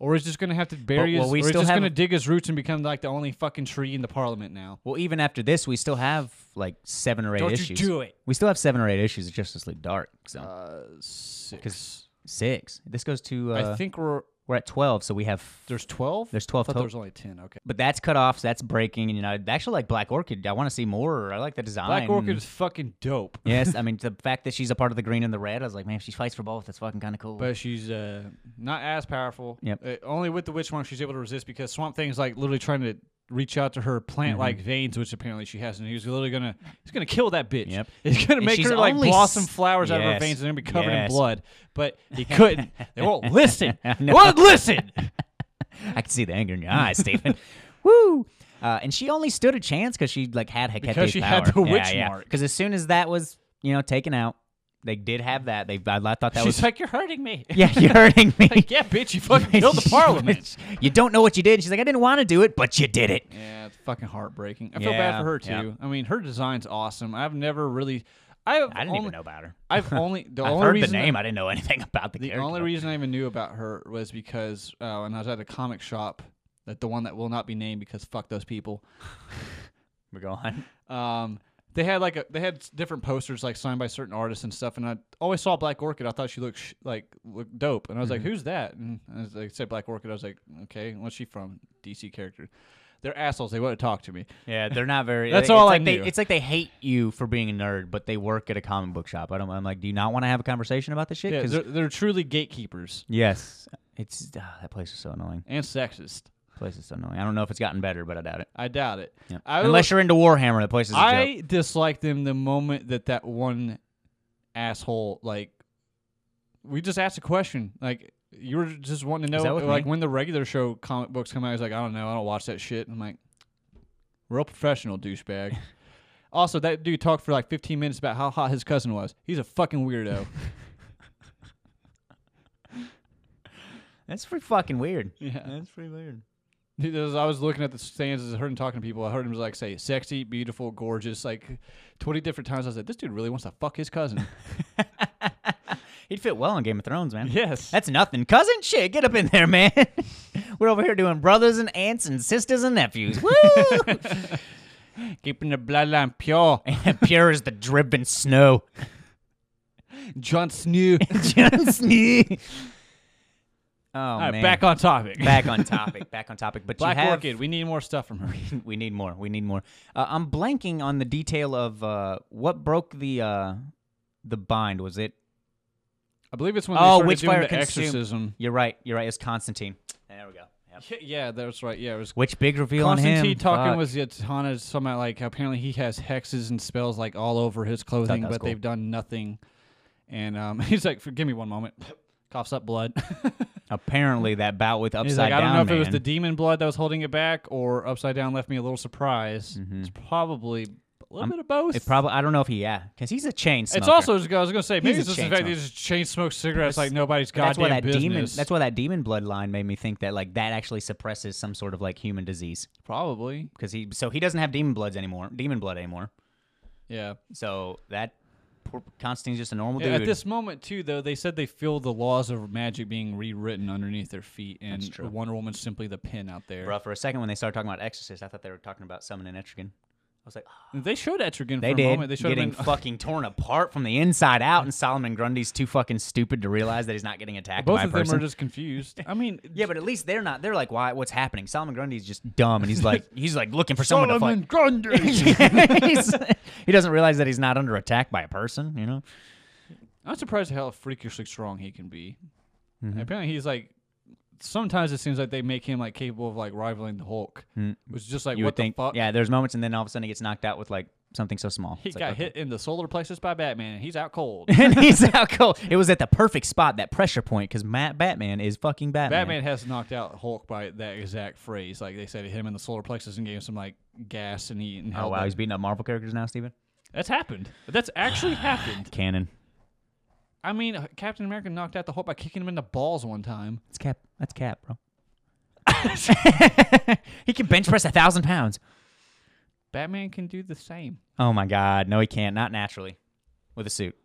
B: Or he's just gonna have to bury
A: Mm. But will
B: his.
A: we
B: or he's
A: still
B: just
A: have-
B: gonna dig his roots and become like the only fucking tree in the parliament now.
A: Well, even after this, we still have like seven or 8
B: Don't you
A: issues.
B: do it.
A: We still have seven or eight issues of Justice League Dark. So
B: Uh, Six.
A: six. This goes to uh,
B: I think we're
A: we're at twelve, so we have.
B: there's twelve.
A: There's 12
B: I thought
A: total.
B: there was only ten. Okay.
A: But that's cut off. So that's breaking. And you know, I actually like Black Orchid. I want to see more. I like the design.
B: Black Orchid is fucking dope.
A: yes, I mean the fact that she's a part of the green and the red. I was like, man, if she fights for both, that's fucking kind of cool.
B: But she's uh, not as powerful.
A: Yep.
B: Uh, only with the witch mark she's able to resist because Swamp Thing's like literally trying to reach out to her plant-like
A: Mm-hmm.
B: veins, which apparently she has, and he's literally gonna he's gonna kill that bitch.
A: Yep.
B: He's gonna
A: And
B: make
A: she's
B: her like
A: only s-
B: blossom flowers out of her
A: Yes.
B: veins and then be covered
A: Yes.
B: in blood. But he couldn't. they won't listen. They
A: know.
B: won't listen.
A: I can see the anger in your eyes, Stephen. Woo! Uh, and she only stood a chance because she like had Hecate's
B: Because she had the witch mark.
A: Because as soon as that was you know taken out, they did have that. They I, I thought that
B: she's
A: was
B: like, "You're hurting me."
A: yeah, you're hurting me.
B: Like, yeah, bitch, you fucking killed the parliament.
A: you don't know what you did. And she's like, I didn't want to do it, but you did it.
B: Yeah, it's fucking heartbreaking. I feel bad
A: Yeah,
B: for her too.
A: yeah.
B: I mean, her design's awesome. I've never really, I've
A: I didn't
B: only,
A: even know about her.
B: I've only the
A: I've
B: only
A: heard the
B: reason I-
A: name. I didn't know anything about the,
B: The
A: character.
B: only reason I even knew about her was because uh, when I was at a comic shop, that the one that will not be named because fuck those people.
A: We're going.
B: Um, they had like a, they had s- different posters like signed by certain artists and stuff, and I always saw Black Orchid. I thought she looked sh- like looked dope, and I was
A: Mm-hmm.
B: like, "Who's that?" And I was like, said Black Orchid. I was like, "Okay, what's she from?" DC character. They're assholes. They wouldn't talk to me.
A: Yeah, they're not very.
B: That's
A: it's
B: all I
A: like they-
B: knew.
A: it's like they hate you for being a nerd, but they work at a comic book shop. I don't. I'm like, do you not want to have a conversation about this shit?
B: Yeah,
A: 'Cause-
B: they're, they're truly gatekeepers
A: yes, it's ah, that place is so annoying.
B: and sexist.
A: place is so annoying. I don't know if it's gotten better, but I doubt it.
B: I doubt it.
A: Yeah.
B: I would-
A: Unless you're into Warhammer, the place is a joke.
B: I disliked them the moment that that one asshole like. We just asked a question. Like you were just wanting to
A: Is
B: know,
A: that with
B: like
A: me?
B: when the regular show comic books come out. He's like, I don't know, I don't watch that shit. I'm like, real professional douchebag. also, that dude talked for like 15 minutes about how hot his cousin was. He's a fucking weirdo.
A: That's pretty fucking weird.
B: yeah.
A: pretty weird.
B: Dude, as I was looking at the stands as I heard him talking to people, I heard him like say, "sexy, beautiful, gorgeous," like 20 different times. I was like, this dude really wants to fuck his cousin.
A: He'd fit well in Game of Thrones, man.
B: yes.
A: That's nothing. Cousin, shit, get up in there, man. We're over here doing brothers and aunts and sisters and nephews. Woo!
B: Keeping the bloodline pure.
A: Pure as the dripping snow.
B: John Snow.
A: Just me. Oh,
B: All right,
A: man.
B: back on topic.
A: back on topic. Back on topic. But
B: Black
A: you have,
B: Orchid. We need more stuff from her.
A: we need more. We need more. Uh, I'm blanking on the detail of uh, what broke the uh, the bind. Was it?
B: I believe it's when
A: Oh,
B: they
A: which
B: started doing
A: fire
B: the
A: consumed-
B: exorcism.
A: You're right. You're right. It's Constantine. There we go. Yep.
B: Yeah, Yeah, that's right. Yeah, it was.
A: Which big reveal on
B: Constantine
A: him?
B: talking
A: Fuck.
B: was Yatana somehow like apparently he has hexes and spells like all over his clothing,
A: that was
B: but
A: cool.
B: they've done nothing. And um, he's like, "Give me one moment." Coughs up blood.
A: apparently that bout with upside
B: he's like,
A: down
B: "I don't know if
A: man.
B: it was the demon blood that was holding it back, or upside down left me a little surprise. It's probably little
A: Mm-hmm. I'm-
B: bit of both.
A: It probably I don't know if he yeah, because he's a chain smoker.
B: It's also I was gonna say
A: He's
B: maybe
A: a
B: it's just the
A: chain
B: fact that he
A: smoker.
B: just chain smokes cigarettes
A: That's-
B: like nobody's
A: But
B: goddamn
A: that's why that
B: business.
A: demon. That's why that demon bloodline made me think that like that actually suppresses some sort of like human disease
B: probably.
A: because he so he doesn't have demon bloods anymore. Demon blood anymore.
B: Yeah.
A: So that poor Constantine's just a normal
B: Yeah,
A: dude.
B: At this moment, too, though, they said they feel the laws of magic being rewritten underneath their feet, and
A: That's true.
B: Wonder Woman's simply the pin out there.
A: Bruh, for a second when they started talking about Exorcist, I thought they were talking about summoning Etrigan. I was like, "Ah,
B: They showed Etrigan
A: They
B: for a
A: did.
B: moment. They showed uh,
A: getting
B: him in,
A: fucking torn apart from the inside out, and Solomon Grundy's too fucking stupid to realize that he's not getting attacked
B: both
A: by a
B: of them
A: person.
B: are just confused. I mean,
A: yeah, but at least they're not. They're like, why? What's happening? Solomon Grundy's just dumb, and he's like, he's like looking for someone to fight. He's- he doesn't realize that he's not under attack by a person. You know,
B: I'm surprised at how freakishly strong he can be.
A: Mm-hmm.
B: Apparently, he's like. Sometimes it seems like they make him like capable of like rivaling the Hulk, which is just like
A: Mm. you
B: what
A: would think.
B: the fuck.
A: Yeah, there's moments, and then all of a sudden he gets knocked out with like something so small.
B: he
A: It's like,
B: got
A: okay.
B: hit in the solar plexus by Batman. and He's out cold.
A: and he's out cold. It was at the perfect spot, that pressure point, because Matt Batman is fucking
B: Batman has knocked out Hulk by that exact phrase. Like they said, him in the solar plexus and gave him some like gas and he. And
A: Oh
B: held
A: wow,
B: that.
A: he's beating up Marvel characters now, Steven?
B: that's happened. That's actually happened.
A: Canon.
B: I mean, uh, Captain America knocked out the Hulk by kicking him in the balls one time.
A: It's Cap. That's Cap, bro. he can bench press a thousand pounds.
B: Batman can do the same.
A: Oh my God, no, he can't. Not naturally, with a suit.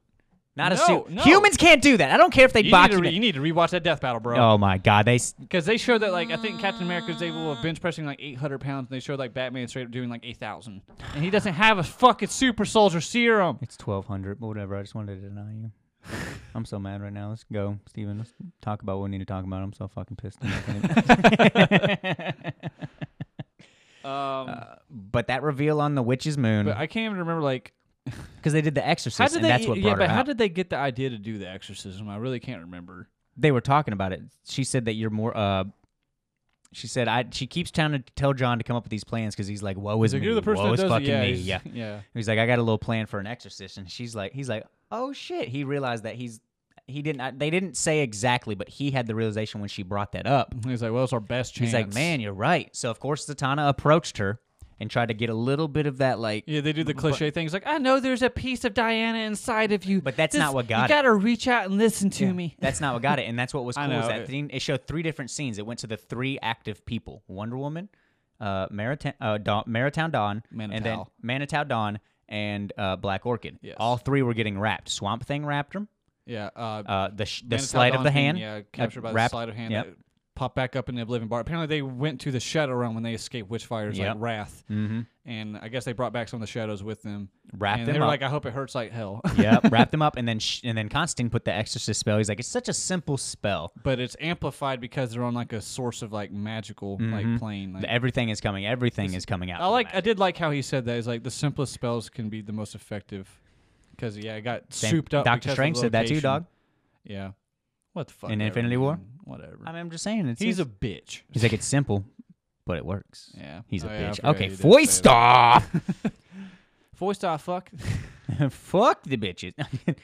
A: Not a
B: No,
A: suit.
B: no.
A: Humans can't do that. I don't care if they
B: You need,
A: box.
B: to
A: you
B: re-
A: down.
B: you need to rewatch that death battle, bro.
A: oh my God, they. s-
B: Because they showed that, like, I think Captain America is able of bench pressing like 800 pounds, and they showed like Batman straight up doing like 8,000. And he doesn't have a fucking super soldier serum.
A: It's twelve hundred, but whatever. I just wanted to deny you. I'm so mad right now. Let's go, Steven. Let's talk about what we need to talk about. I'm so fucking pissed. I'm not gonna- Uh,
B: Um,
A: but that reveal on the witch's moon,
B: but I can't even remember, like,
A: because they did the
B: how
A: Exorcist,
B: did
A: and
B: they? e-,
A: that's what
B: yeah,
A: brought her
B: but how
A: out.
B: did they get the idea to do the exorcism? I really can't remember.
A: they were talking about it. She said that you're more. Uh, she said I. She keeps trying to tell John to come up with these plans because he's like, "Woe is
B: Like,
A: me,
B: you're the person
A: woe
B: that
A: is
B: does
A: fucking
B: it. Yeah,
A: me."
B: he's-
A: Yeah.
B: yeah.
A: He's like, "I got a little plan for an exorcist," and she's like, "He's like, oh shit." He realized that he's. He didn't. I- They didn't say exactly, but he had the realization when she brought that up.
B: He's like, well, it's our best chance.
A: He's like, "Man, you're right." So of course, Zatanna approached her and tried to get a little bit of that, like,
B: Yeah, they do the cliche things like, I know there's a piece of Diana inside of you.
A: But that's not what got
B: You
A: it."
B: gotta reach out and listen to me.
A: That's not what got it, and that's what was cool.
B: I
A: Is
B: know,
A: that
B: it-
A: thing, it showed three different scenes. It went to the three active people: Wonder Woman, uh, Marita- uh, Dawn, Maritown Dawn, and then
B: Manitow.
A: Manitow Dawn, and uh, Black Orchid.
B: Yes.
A: All three were getting wrapped. Swamp Thing wrapped them.
B: yeah. Uh,
A: Uh, the sh- the
B: Manitou
A: sleight of
B: Dawn
A: the
B: being,
A: hand.
B: Yeah,
A: uh,
B: captured by
A: wrapped-
B: the sleight of hand.
A: Yep.
B: that Pop back up in the Oblivion Bar. Apparently, they went to the Shadow Realm when they escaped Witchfire's
A: Yep.
B: like wrath,
A: Mm-hmm.
B: and I guess they brought back some of the shadows with them.
A: Wrapped
B: and
A: them
B: they were
A: up.
B: like, "I hope it hurts like hell."
A: yep, wrapped them up, and then sh- and then Constantine put the exorcist spell. He's like, it's such a simple spell.
B: but it's amplified because they're on like a source of like magical
A: Mm-hmm.
B: like plane. Like,
A: Everything is coming. Everything is coming out.
B: I
A: from
B: like.
A: that.
B: I did like how he said that. He's like the simplest spells can be the most effective. Because yeah, it got
A: Same-
B: souped up. because
A: Doctor
B: of
A: Strange said that too,
B: location.
A: dog.
B: Yeah. What the fuck?
A: In
B: ever,
A: Infinity War?
B: man. Whatever.
A: I mean, I'm just saying. It's
B: He's
A: it's-
B: a bitch.
A: He's like, it's simple, but it works.
B: Yeah.
A: He's
B: Oh,
A: a
B: yeah, I
A: bitch.
B: forgot
A: okay,
B: he did
A: voiced
B: say
A: off.
B: Four star fuck.
A: Fuck the bitches.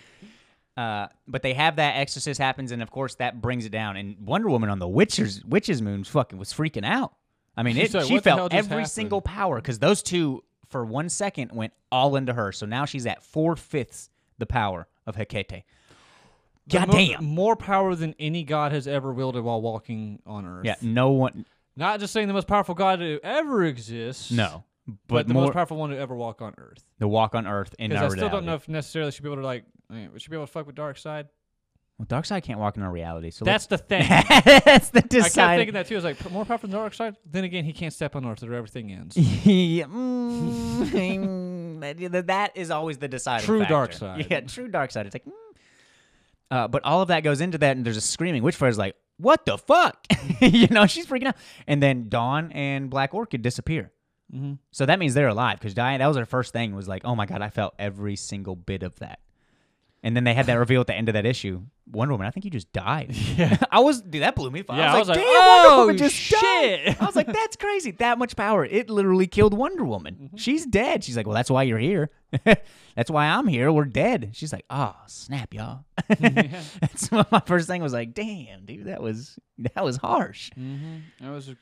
A: uh, but they have that exorcist happens, and of course that brings it down. And Wonder Woman on the Witcher's Witch's Moon fucking was freaking out. I mean, it,
B: She's like,
A: she
B: "What the hell
A: felt
B: just
A: every
B: happened?"
A: single power because those two for one second went all into her. So now she's at four fifths the power of Hecate.
B: The mo-
A: Goddamn.
B: More power than any god has ever wielded while walking on earth.
A: Yeah, no one.
B: Not just saying the most powerful god to ever exist.
A: No, but,
B: But, the
A: more
B: most powerful one to ever walk on earth.
A: the walk on Earth in our
B: Because I still
A: reality.
B: don't know if necessarily she'd be able to like. I mean, would she be able to fuck with Dark Side?
A: Well, Darkseid can't walk in our reality. So
B: That's the thing. I
A: let's- that's the
B: kept
A: deciding.
B: thinking that too. I was like, put more powerful than Dark Side. Then again, he can't step on Earth, or everything ends.
A: yeah, mm, that- that- that is always the deciding
B: True
A: factor.
B: dark side.
A: Yeah, true dark side. It's like, mm. uh, but all of that goes into that, and there's a screaming. Witchfire's like, "What the fuck?" you know, she's freaking out. And then Dawn and Black Orchid disappear.
B: Mhm.
A: So that means they're alive because Diane. That was her first thing. Was like, "Oh my god, I felt every single bit of that." And then they had that reveal at the end of that issue. Wonder Woman, I think you just died. Yeah, I was. Dude, that blew me. Off.
B: Yeah,
A: I was like, "Damn, Wonder
B: "Oh,
A: Woman just died."
B: shit.
A: I was like, that's crazy. That much power. It literally killed Wonder Woman. She's dead. She's like, well, that's why you're here. that's why I'm here. We're dead. She's like, oh, snap, y'all. that's what my first thing was like, damn, dude, that was that was harsh.
B: Mm-hmm. That was a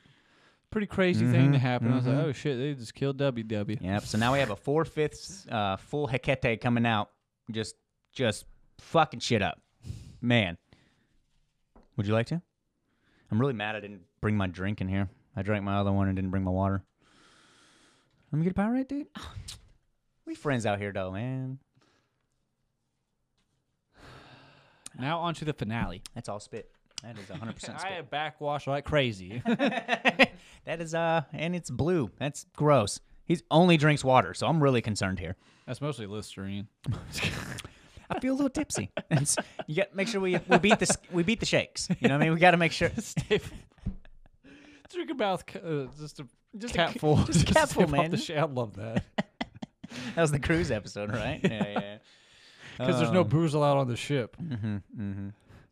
B: pretty crazy thing to happen. I was
A: mhm.
B: like, oh shit, they just killed WW.
A: Yep. So now we have a four fifths uh, full Hecate coming out, just just fucking shit up, man. Would you like to? I'm really mad I didn't bring my drink in here. I drank my other one and didn't bring my water. Let me get a Powerade, dude. We friends out here though, man.
B: Now on to the finale.
A: That's all spit. That is 100 percent
B: I
A: spit.
B: have backwash like crazy.
A: that is uh, and it's blue. That's gross. He's only drinks water, so I'm really concerned here.
B: That's mostly Listerine.
A: I feel a little tipsy. And s- you got to make sure we we beat the s- we beat the shakes. You know what I mean? We got to make sure.
B: Drink a mouth, ca- uh, just a just cap full. Just,
A: a cap
B: sip
A: full,
B: off
A: man.
B: The shit. I love that
A: That was the cruise episode, right? Yeah, yeah.
B: because there's
A: Um,
B: no booze allowed on the ship.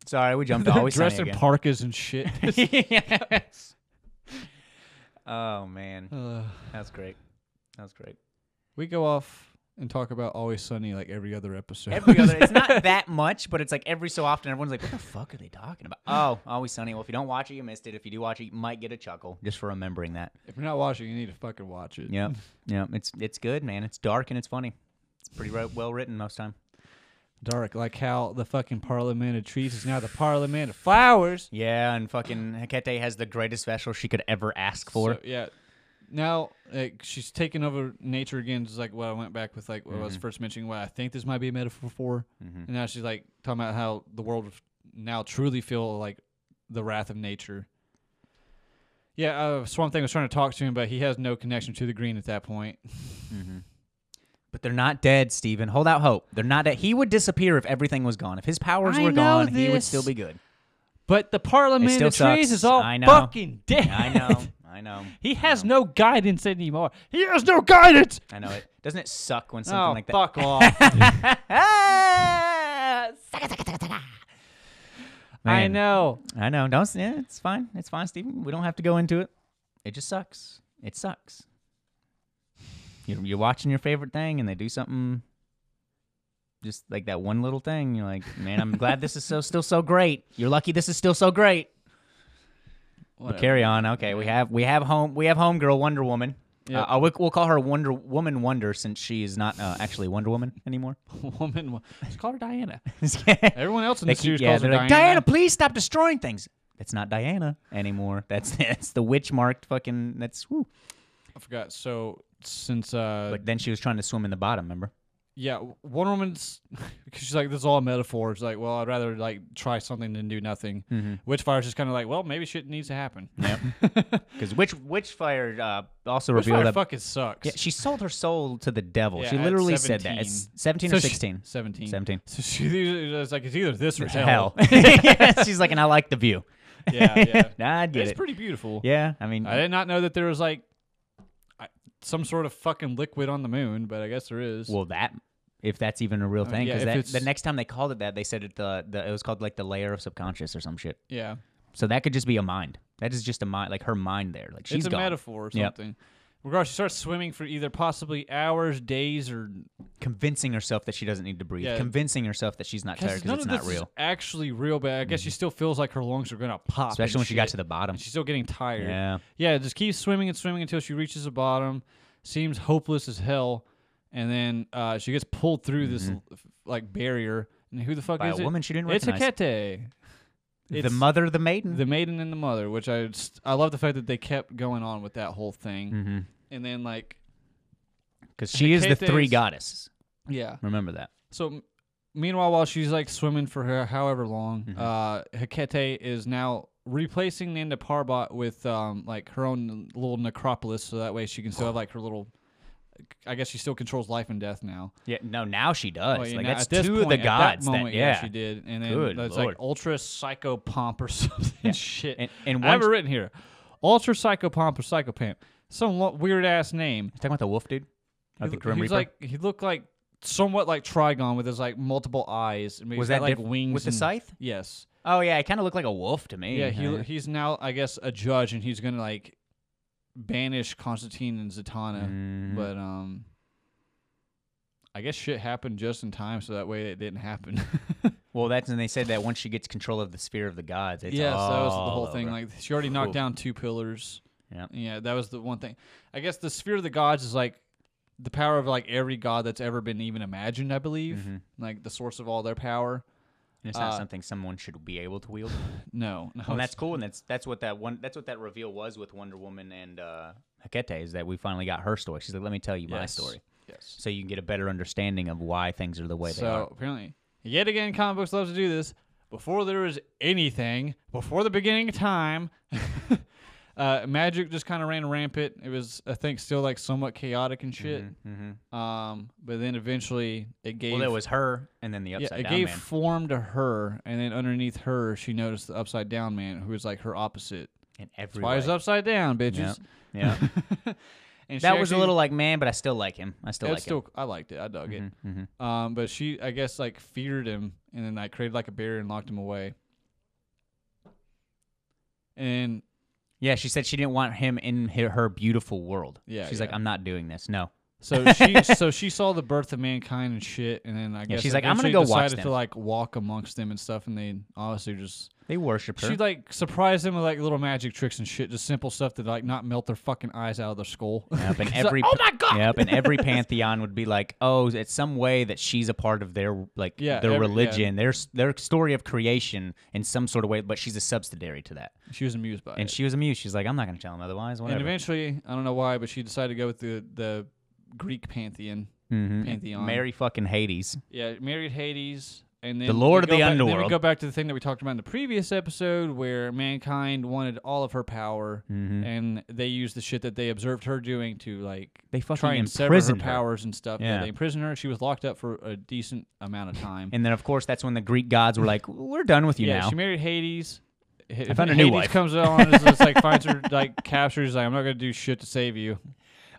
A: Sorry, we jumped
B: They're
A: always
B: dressed in
A: sunny
B: parkas and shit.
A: again. yes. Oh man,
B: Uh,
A: that's great. That's great.
B: we go off and talk about Always Sunny like every other episode.
A: Every other, it's not that much, but it's like every so often, everyone's like, "What the fuck are they talking about?" Oh, always sunny. Well, if you don't watch it, you missed it. If you do watch it, you might get a chuckle just for remembering that.
B: if you're not watching, you need to fucking watch it.
A: Yep, yep. It's it's good, man. It's dark and it's funny. It's pretty ri- well written most time.
B: Dark, like how the fucking Parliament of Trees is now the Parliament of Flowers.
A: Yeah, and fucking Hecate has the greatest special she could ever ask for.
B: So, yeah. Now like, she's taking over nature again, just like what I went back with, like what I was first mentioning, what I think this might be a metaphor for. And now she's like talking about how the world f- now truly feel like the wrath of nature. Yeah, uh, Swamp Thing was trying to talk to him, but he has no connection to the green at that point.
A: But they're not dead, Steven. Hold out hope. They're not dead. He would disappear if everything was gone. If his powers
B: I
A: were
B: know
A: gone, he would
B: this.
A: still be good.
B: But the Parliament
A: It still
B: of Trees
A: sucks.
B: is all
A: I know.
B: fucking dead.
A: I know. I know.
B: He has no guidance anymore. He has no guidance.
A: I know it. Doesn't it suck when something
B: Oh,
A: like that?
B: fuck off.
A: Ah! Sucka, sucka, sucka, sucka.
B: I
A: Man,
B: know.
A: I know. Don't. s- Yeah, it's fine. It's fine, Steven. We don't have to go into it. It just sucks. It sucks. You're, you're watching your favorite thing, and they do something. Just like that one little thing, you're like, man, I'm glad this is so still so great. You're lucky this is still so great. But
B: Whatever.
A: carry on. Okay, we have we have home we have homegirl Wonder Woman.
B: Yep.
A: Uh, uh, we'll, we'll call her Wonder Woman Wonder since she is not uh, actually Wonder Woman anymore.
B: Woman, wa- just call her Diana.
A: They
B: Everyone else in the
A: keep-
B: series
A: yeah,
B: calls her
A: they're
B: Diana.
A: like, Diana, please stop destroying things. That's not Diana anymore. That's that's the witch marked fucking. That's woo.
B: I forgot. So since uh,
A: But then she was trying to swim in the bottom. Remember?
B: yeah, Wonder Woman's because she's like, this is all a metaphor. It's like, well, I'd rather like try something than do nothing.
A: Mm-hmm.
B: Witchfire's just kind of like, well, maybe shit needs to happen.
A: Yep. Because witch witchfire uh, also revealed
B: Witchfire
A: that.
B: fucking sucks.
A: yeah, she sold her soul to the devil.
B: Yeah,
A: she
B: at
A: literally said that.
B: 17.
A: It's seventeen
B: So
A: or
B: she-
A: sixteen.
B: 17.
A: 17.
B: So she it's like it's either this or
A: Hell.
B: hell.
A: She's like, and I like the view.
B: yeah, yeah.
A: Nah, I get
B: It's
A: it.
B: pretty beautiful.
A: yeah, I mean,
B: I did not know that there was like I- some sort of fucking liquid on the moon, but I guess there is.
A: Well, that if that's even a real thing,
B: Uh, yeah,
A: because
B: if
A: the
B: it's-
A: next time they called it that, they said it the, the it was called like the layer of subconscious or some shit.
B: yeah.
A: So that could just be a mind. That is just a mind, like her mind there. Like she's
B: it's a
A: gone.
B: metaphor or
A: Yep.
B: something. Regardless, she starts swimming for either possibly hours, days, or
A: convincing herself that she doesn't need to breathe.
B: Yeah.
A: Convincing herself that she's not tired
B: because none
A: because it's
B: of
A: not
B: this is
A: real. Mm-hmm.
B: actually real. But I guess she still feels like her lungs are gonna pop,
A: Especially
B: and
A: when she got
B: shit.
A: to the bottom.
B: And she's still getting tired.
A: Yeah.
B: yeah. Just keeps swimming and swimming until she reaches the bottom. Seems hopeless as hell, and then uh, she gets pulled through this f- like barrier. And who the fuck
A: Mm-hmm. By
B: is
A: a
B: it?
A: woman she didn't
B: it's
A: recognize.
B: Hecate.
A: the
B: It's-
A: mother, the maiden.
B: the maiden and the mother, which I just, I love the fact that they kept going on with that whole thing, and then like
A: Because she is the
B: Hecate
A: three
B: is-
A: goddesses.
B: yeah,
A: Remember that.
B: So, m- meanwhile, while she's like swimming for her however long, uh, Hecate is now replacing Nanda Parbat with um, like her own little necropolis, so that way she can still have like her little. I guess she still controls life and death now.
A: Yeah. No, now she does.
B: Well, you
A: like
B: know,
A: that's
B: at this
A: two of
B: point-
A: the
B: at that
A: gods.
B: moment,
A: that, yeah.
B: she did, and then
A: Good
B: it's
A: lord.
B: like ultra psycho pomp or something. Shit,
A: And- and
B: I have it
A: once-
B: written here, ultra psycho pomp or psycho pimp. Some lo- weird ass name.
A: Talking about the wolf dude. Or
B: He
A: the
B: lo-
A: Grim
B: he was
A: Reaper.
B: like he looked like somewhat like Trigon with his like multiple eyes. and
A: Was
B: he's got,
A: that
B: like
A: diff-
B: wings
A: with the
B: and-
A: scythe?
B: Yes.
A: oh yeah, it kind of looked like a wolf to me.
B: Yeah. He lo- he's now I guess a judge and he's gonna like banish Constantine and Zatanna,
A: Mm-hmm.
B: but um. I guess shit happened just in time, so that way it didn't happen.
A: Well, that's and they said that once she gets control of the sphere of the gods, it's
B: yeah, so that was the
A: all
B: whole thing.
A: over.
B: Like she already knocked down two pillars.
A: Yep.
B: Yeah, that was the one thing. I guess the sphere of the gods is like the power of like every god that's ever been even imagined. I believe,
A: Mm-hmm.
B: like the source of all their power.
A: And it's not
B: Uh,
A: something someone should be able to wield.
B: No, no,
A: and
B: it's-
A: that's cool, and that's that's what that one that's what that reveal was with Wonder Woman and uh, Hecate is that we finally got her story. She's like, let me tell you my
B: Yes.
A: story,
B: Yes.
A: so you can get a better understanding of why things are the way they
B: So
A: are.
B: apparently, yet again, comic books love to do this. Before there was anything, before the beginning of time, uh, magic just kind of ran rampant. It was, I think, still like somewhat chaotic and shit. Um, but then eventually, it gave
A: Mm-hmm, Well, there was her, and then the
B: yeah,
A: upside
B: it
A: down
B: gave
A: man.
B: form to her, and then underneath her, she noticed the upside down man, who was like her opposite.
A: And
B: That's
A: every
B: why he's
A: way.
B: upside down, bitches.
A: Yeah,
B: And she
A: that was a
B: actually-
A: little like man, but I still like him. I still
B: it
A: like
B: was still, I liked it. I dug
A: him.
B: it.
A: Mhm.
B: Um, but she, I guess, like feared him, and then like created like a barrier and locked him away. And
A: Yeah, she said she didn't want him in her her beautiful world.
B: Yeah,
A: she's like,
B: yeah.
A: I'm not doing this. No,
B: so she, so she saw the birth of mankind and shit, and then I guess
A: she's like, "I'm gonna
B: eventually
A: go watch
B: decided to
A: them."
B: like walk amongst them and stuff, and they obviously just
A: they worship her.
B: she like surprised them with like little magic tricks and shit, just simple stuff to like not melt their fucking eyes out of their skull.
A: Yep, and
B: It's like,
A: every
B: "Oh my God!"
A: Yep, and every pantheon would be like, oh, it's some way that she's a part of their like
B: Yeah,
A: their
B: every- yeah.
A: religion, their s- their story of creation in some sort of way, but she's a subsidiary to that.
B: she was amused by it.
A: And she was amused. She's like, I'm not gonna tell him otherwise. Whatever.
B: And eventually, I don't know why, but she decided to go with the the Greek pantheon.
A: Mhm.
B: Pantheon.
A: Mary fucking Hades.
B: Yeah, married Hades, and then
A: The Lord
B: we
A: of the
B: go back- Then we
A: Underworld.
B: go back to the thing that we talked about in the previous episode, where mankind wanted all of her power,
A: Mm-hmm.
B: and they used the shit that they observed her doing to like
A: They fucking
B: try and sever her
A: imprisoned her.
B: powers and stuff.
A: Yeah.
B: they imprisoned her. She was locked up for a decent amount of time.
A: And then of course that's when the Greek gods were like, we're done with you
B: yeah,
A: now.
B: she married Hades. I
A: found a new
B: Hades
A: wife.
B: comes on and just like finds her, like captures. Like I'm not gonna do shit to save you.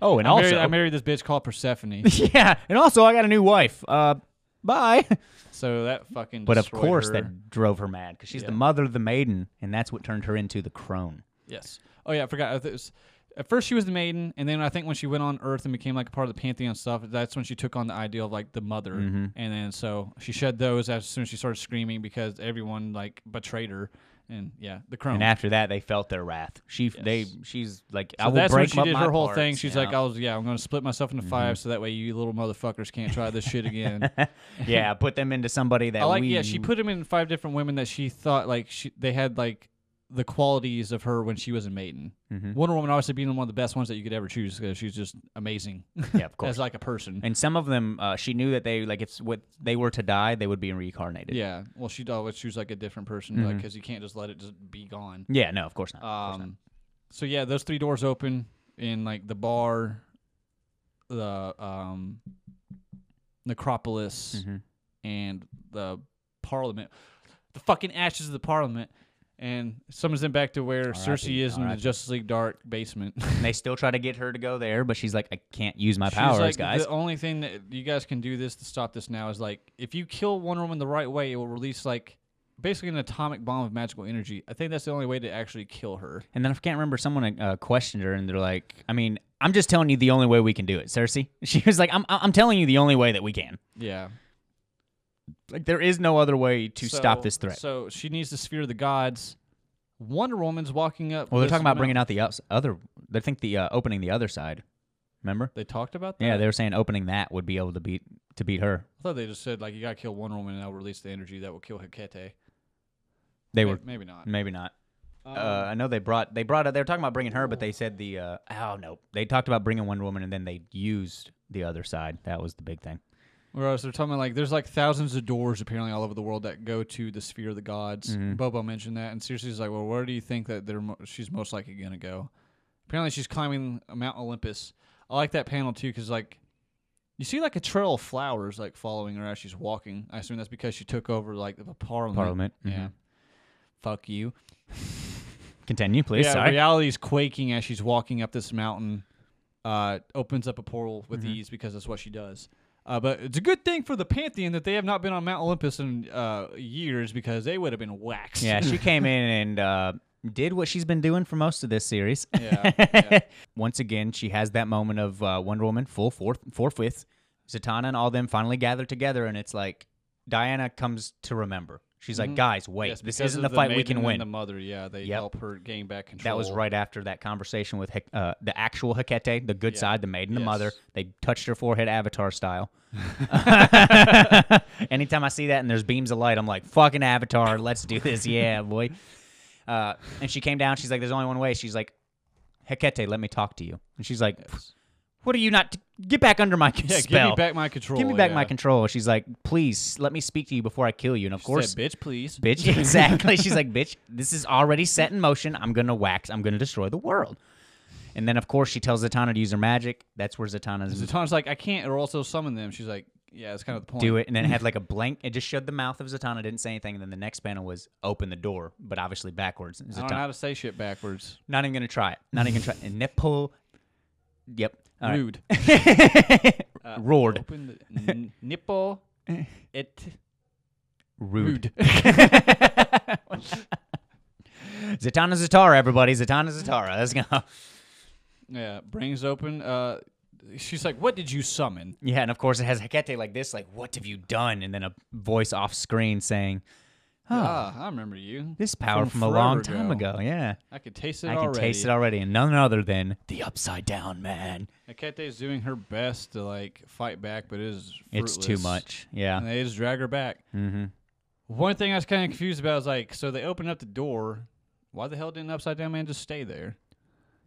A: oh, and
B: I
A: also,
B: married, I married this bitch called Persephone.
A: yeah, and also I got a new wife. Uh, bye.
B: so that fucking.
A: But of
B: destroyed
A: course
B: her.
A: that drove her mad because she's
B: Yeah.
A: the mother of the maiden, and that's what turned her into the crone.
B: Yes. Oh yeah, I forgot. I th- it was- at first she was the maiden, and then I think when she went on Earth and became like a part of the pantheon stuff, that's when she took on the idea of like the mother,
A: Mm-hmm.
B: and then so she shed those as soon as she started screaming because everyone like betrayed her, and yeah, the crone.
A: And after that, they felt their wrath. She, they, she's like, I
B: Um, so
A: will
B: that's when
A: break
B: she
A: up
B: did
A: my
B: her whole
A: parts,
B: thing. She's
A: you
B: like, I
A: know?
B: was yeah, I'm gonna split myself into five, so that way you little motherfuckers can't try this shit again.
A: yeah, put them into somebody that
B: I like
A: we.
B: yeah, she put him in five different women that she thought like she they had like the qualities of her when she was a maiden.
A: Mm-hmm.
B: Wonder Woman obviously being one of the best ones that you could ever choose because she's just amazing.
A: Yeah, of
B: as
A: course.
B: like a person.
A: and some of them, uh, she knew that they like if what they were to die, they would be reincarnated.
B: yeah, well, she'd always choose like a different person because you can't just let it just be gone.
A: Mm-hmm. Yeah, no, of course not. of course not.
B: Um, so yeah, those three doors open in like the bar, the um, necropolis,
A: Mhm.
B: and the parliament, the fucking ashes of the parliament, and summons them back to where Cersei is in the
A: R.I.P..
B: Justice League Dark basement.
A: And they still try to get her to go there, but she's like, I can't use my
B: She's
A: powers,
B: like,
A: guys.
B: The only thing that you guys can do this to stop this now is like if you kill Wonder Woman the right way, it will release like basically an atomic bomb of magical energy. I think that's the only way to actually kill her.
A: And then I can't remember someone uh, questioned her, and they're like, I mean, I'm just telling you the only way we can do it, Cersei. She was like, I'm, I'm telling you the only way that we can.
B: Yeah.
A: Like, there is no other way to stop
B: So-
A: this threat.
B: So she needs the sphere of the gods. Wonder Woman's walking up.
A: Well, they're
B: this
A: talking about
B: mount-
A: bringing out the ups, other. They think the uh, opening the other side. Remember?
B: They talked about that.
A: Yeah, they were saying opening that would be able to beat to beat her.
B: I thought they just said like you gotta kill Wonder Woman and I'll release the energy that will kill Hecate.
A: They
B: May-
A: were
B: maybe not. Um,
A: maybe not. uh, I know they brought they brought they were talking about bringing her, but they said the uh, oh no, they talked about bringing Wonder Woman, and then they used the other side. That was the big thing.
B: Whereas they're talking about like there's like thousands of doors apparently all over the world that go to the sphere of the gods.
A: Mm-hmm.
B: Bobo mentioned that, and Cersei's like, well, where do you think that they're mo- she's most likely gonna go? Apparently, she's climbing Mount Olympus. I like that panel too because like you see like a trail of flowers like following her as she's walking. I assume that's because she took over like the parliament.
A: Parliament,
B: yeah.
A: mhm.
B: Fuck you.
A: Continue, please.
B: yeah,
A: Sorry.
B: reality's quaking as she's walking up this mountain. Uh, opens up a portal
A: Mm-hmm.
B: with ease because that's what she does. Uh, but it's a good thing for the Pantheon that they have not been on Mount Olympus in uh, years because they would have been waxed.
A: yeah, she came in and uh, did what she's been doing for most of this series.
B: yeah.
A: Once again, she has that moment of uh, Wonder Woman, full fourth, forthwith. Zatanna and all them finally gather together, and it's like Diana comes to remember. She's like, guys, wait,
B: Mm-hmm. Yes,
A: this
B: because
A: isn't
B: of
A: the fight we
B: maiden
A: can
B: and
A: win.
B: The mother, yeah, they
A: Yep.
B: help her gain back control.
A: That was right after that conversation with Hec- uh, the actual Hecate, the good
B: Yeah.
A: side, the maiden, the mother.
B: Yes.
A: They touched her forehead, Avatar style. Anytime I see that and there's beams of light, I'm like, fucking Avatar, let's do this, yeah, boy. Uh, and she came down. She's like, "There's only one way." She's like, "Hecate, let me talk to you." And she's like, "What are you not? get back under my
B: Yeah,
A: spell.
B: give me back my control.
A: Give me back my
B: yeah.
A: control." She's like, "Please, let me speak to you before I kill you." And of
B: She
A: course,
B: said, bitch, please.
A: bitch. Exactly. She's like, bitch, this is already set in motion. I'm going to wax. I'm going to destroy the world. And then, of course, she tells Zatanna to use her magic. That's where Zatanna's
B: Zatanna's like, I can't, or also summon them. She's like, yeah, that's kind of the point.
A: do it. And then it had like a blank. It just showed the mouth of Zatanna, didn't say anything. And then the next panel was open the door, but obviously backwards.
B: I don't know how
A: Zatanna,
B: to say shit backwards.
A: not even going to try it. Not even going to try it. And Nipple. Yep. All right.
B: Rude. Uh,
A: Roared.
B: Open the n- nipple. It
A: Rude. Zatanna Zatara, everybody. Zatanna Zatara. Let's go.
B: yeah brings open. Uh, she's like, what did you summon?
A: Yeah, and of course it has Hecate like this, like, what have you done? And then a voice off screen saying, Oh,
B: Ah, I remember you.
A: this power from,
B: from
A: a long
B: forever
A: time ago. Yeah.
B: I could taste it
A: I can
B: already.
A: taste it already. And none other than the upside down man.
B: Akete is doing her best to like fight back, but it is
A: It's too
B: fruitless.
A: much. Yeah.
B: And they just drag her back.
A: Mm-hmm.
B: One thing I was kind of confused about is like, so they opened up the door. Why the hell didn't Upside Down Man just stay there?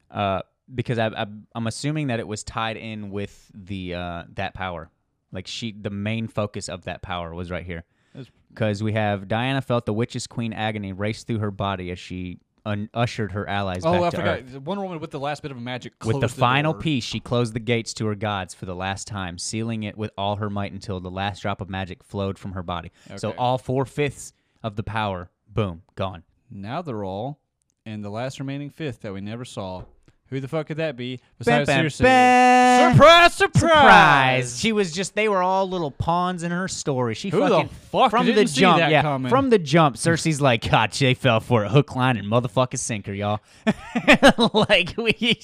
A: Uh, because I, I, I'm assuming that it was tied in with the uh, that power. Like she, the main focus of that power was right here.
B: That's-
A: Because we have Diana felt the witch's queen agony race through her body as she un- ushered her allies back
B: oh, I
A: to
B: forgot.
A: Earth.
B: The Wonder Woman with the last bit of magic
A: With
B: closed
A: the final
B: door.
A: piece, she closed the gates to her gods for the last time, sealing it with all her might until the last drop of magic flowed from her body. So
B: Okay.
A: all four fifths of the power, boom, gone.
B: Now they're all, and the last remaining fifth that we never saw. Who the fuck could that be? Besides, seriously, surprise, surprise,
A: Surprise! She was just—they were all little pawns in her story. She
B: Who the
A: fucking
B: fuck
A: from
B: didn't
A: the
B: see
A: jump,
B: that
A: yeah,
B: coming?
A: from the jump. Cersei's like, God, Jay fell for it, hook, line, and motherfucking sinker, y'all. like we,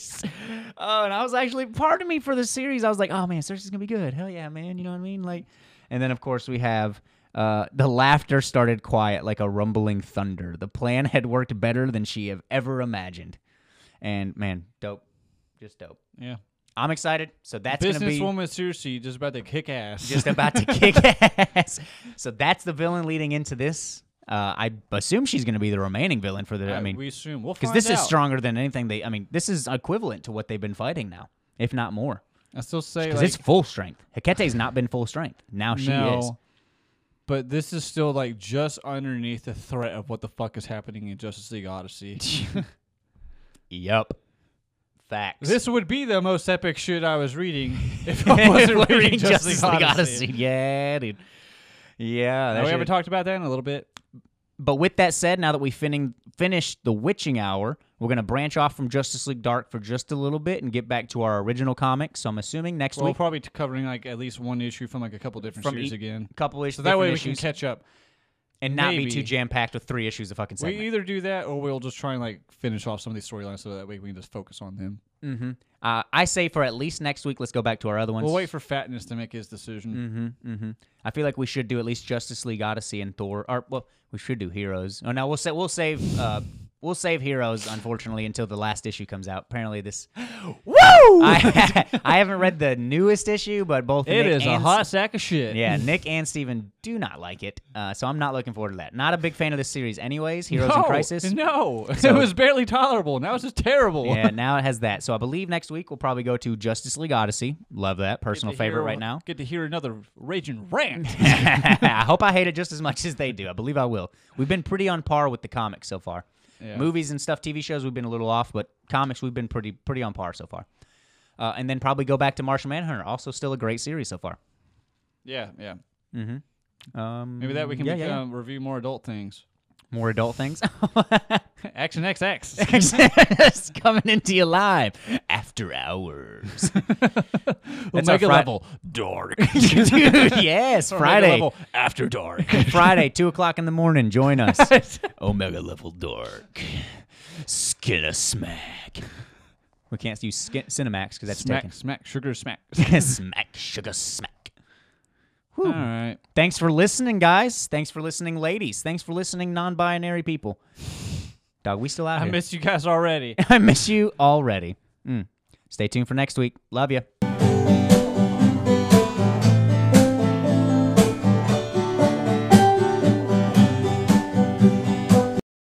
A: oh, and I was actually part of me for the series. I was like, oh man, Cersei's gonna be good. Hell yeah, man. You know what I mean? Like, and then of course we have. Uh, the laughter started quiet like a rumbling thunder. The plan had worked better than she have ever imagined. And man, dope. Just dope.
B: Yeah,
A: I'm excited. So that's going to be
B: businesswoman Cersei just about to kick ass.
A: just about to kick ass. So that's the villain leading into this. Uh, I assume she's going to be the remaining villain for the. I, mean,
B: Uh, we assume we'll
A: because
B: find
A: this is
B: out.
A: stronger than anything they. I mean, this is equivalent to what they've been fighting now, if not more.
B: I still say
A: Because
B: like,
A: it's full strength. Hecate's not been full strength. Now she
B: no,
A: is.
B: but this is still like just underneath the threat of what the fuck is happening in Justice League Odyssey.
A: Yup. Facts.
B: this would be the most epic shit I was reading if I wasn't reading Justice, League Odyssey.
A: Yeah, dude. Yeah.
B: Now,
A: that
B: we
A: shit-
B: haven't talked about that in a little bit.
A: But with that said, now that we've finning, finished the witching hour, we're going to branch off from Justice League Dark for just a little bit and get back to our original comics. So I'm assuming next
B: We'll
A: week,
B: probably be covering like at least one issue from like a couple different
A: From e-
B: series
A: ea-
B: again.
A: a couple issues,
B: So that way we can
A: issues,
B: catch up.
A: and not be
B: maybe-
A: too jam packed with three issues a fucking segment.
B: We either do that or we'll just try and like finish off some of these storylines so that way we can just focus on them.
A: mm-hmm. uh, I say for at least next week. Let's go back to our other ones.
B: We'll wait for Fatness to make his decision.
A: Mm-hmm, mm-hmm. I feel like we should do at least Justice League Odyssey and Thor. Or well, we should do Heroes. Oh no, we'll say we'll save uh, we'll save Heroes unfortunately until the last issue comes out. Apparently this. Woo! I, I haven't read the newest issue, but both
B: It
A: Nick
B: is a
A: and-
B: hot sack of shit.
A: Yeah, Nick and Steven do not like it, uh, so I'm not looking forward to that. Not a big fan of this series, anyways. Heroes in
B: No,
A: Crisis.
B: No,
A: So-
B: it was barely tolerable. Now it's just terrible.
A: Yeah, now it has that. So I believe next week we'll probably go to Justice League Odyssey. Love that
B: Get to
A: personal favorite
B: hear-
A: right now.
B: Get to hear another raging rant.
A: I hope I hate it just as much as they do. I believe I will. We've been pretty on par with the comics so far.
B: Yeah.
A: Movies and stuff, TV shows, we've been a little off, but comics, we've been pretty pretty on par so far. Uh, and then probably go back to Martian Manhunter. Also, still a great series so far.
B: yeah, yeah.
A: Mm-hmm. Um,
B: Maybe that we can
A: yeah, yeah, yeah.
B: become, review more adult things.
A: more adult things.
B: Action XX.
A: It's coming into you live after hours. That's our
B: Omega
A: Fri-
B: level dark.
A: Dude, yes, Friday.
B: level after dark.
A: Friday, two o'clock in the morning. Join us.
C: Omega level dark.
A: Skin a smack. We can't use skin, Cinemax because that's
B: smack, smack, sugar, smack.
A: taken. smack, sugar, smack.
B: All right.
A: Thanks for listening, guys. Thanks for listening, ladies. Thanks for listening, non-binary people. Dog, we still out
B: I
A: here.
B: miss you guys already.
A: I miss you already. Mm. Stay tuned for next week. Love you.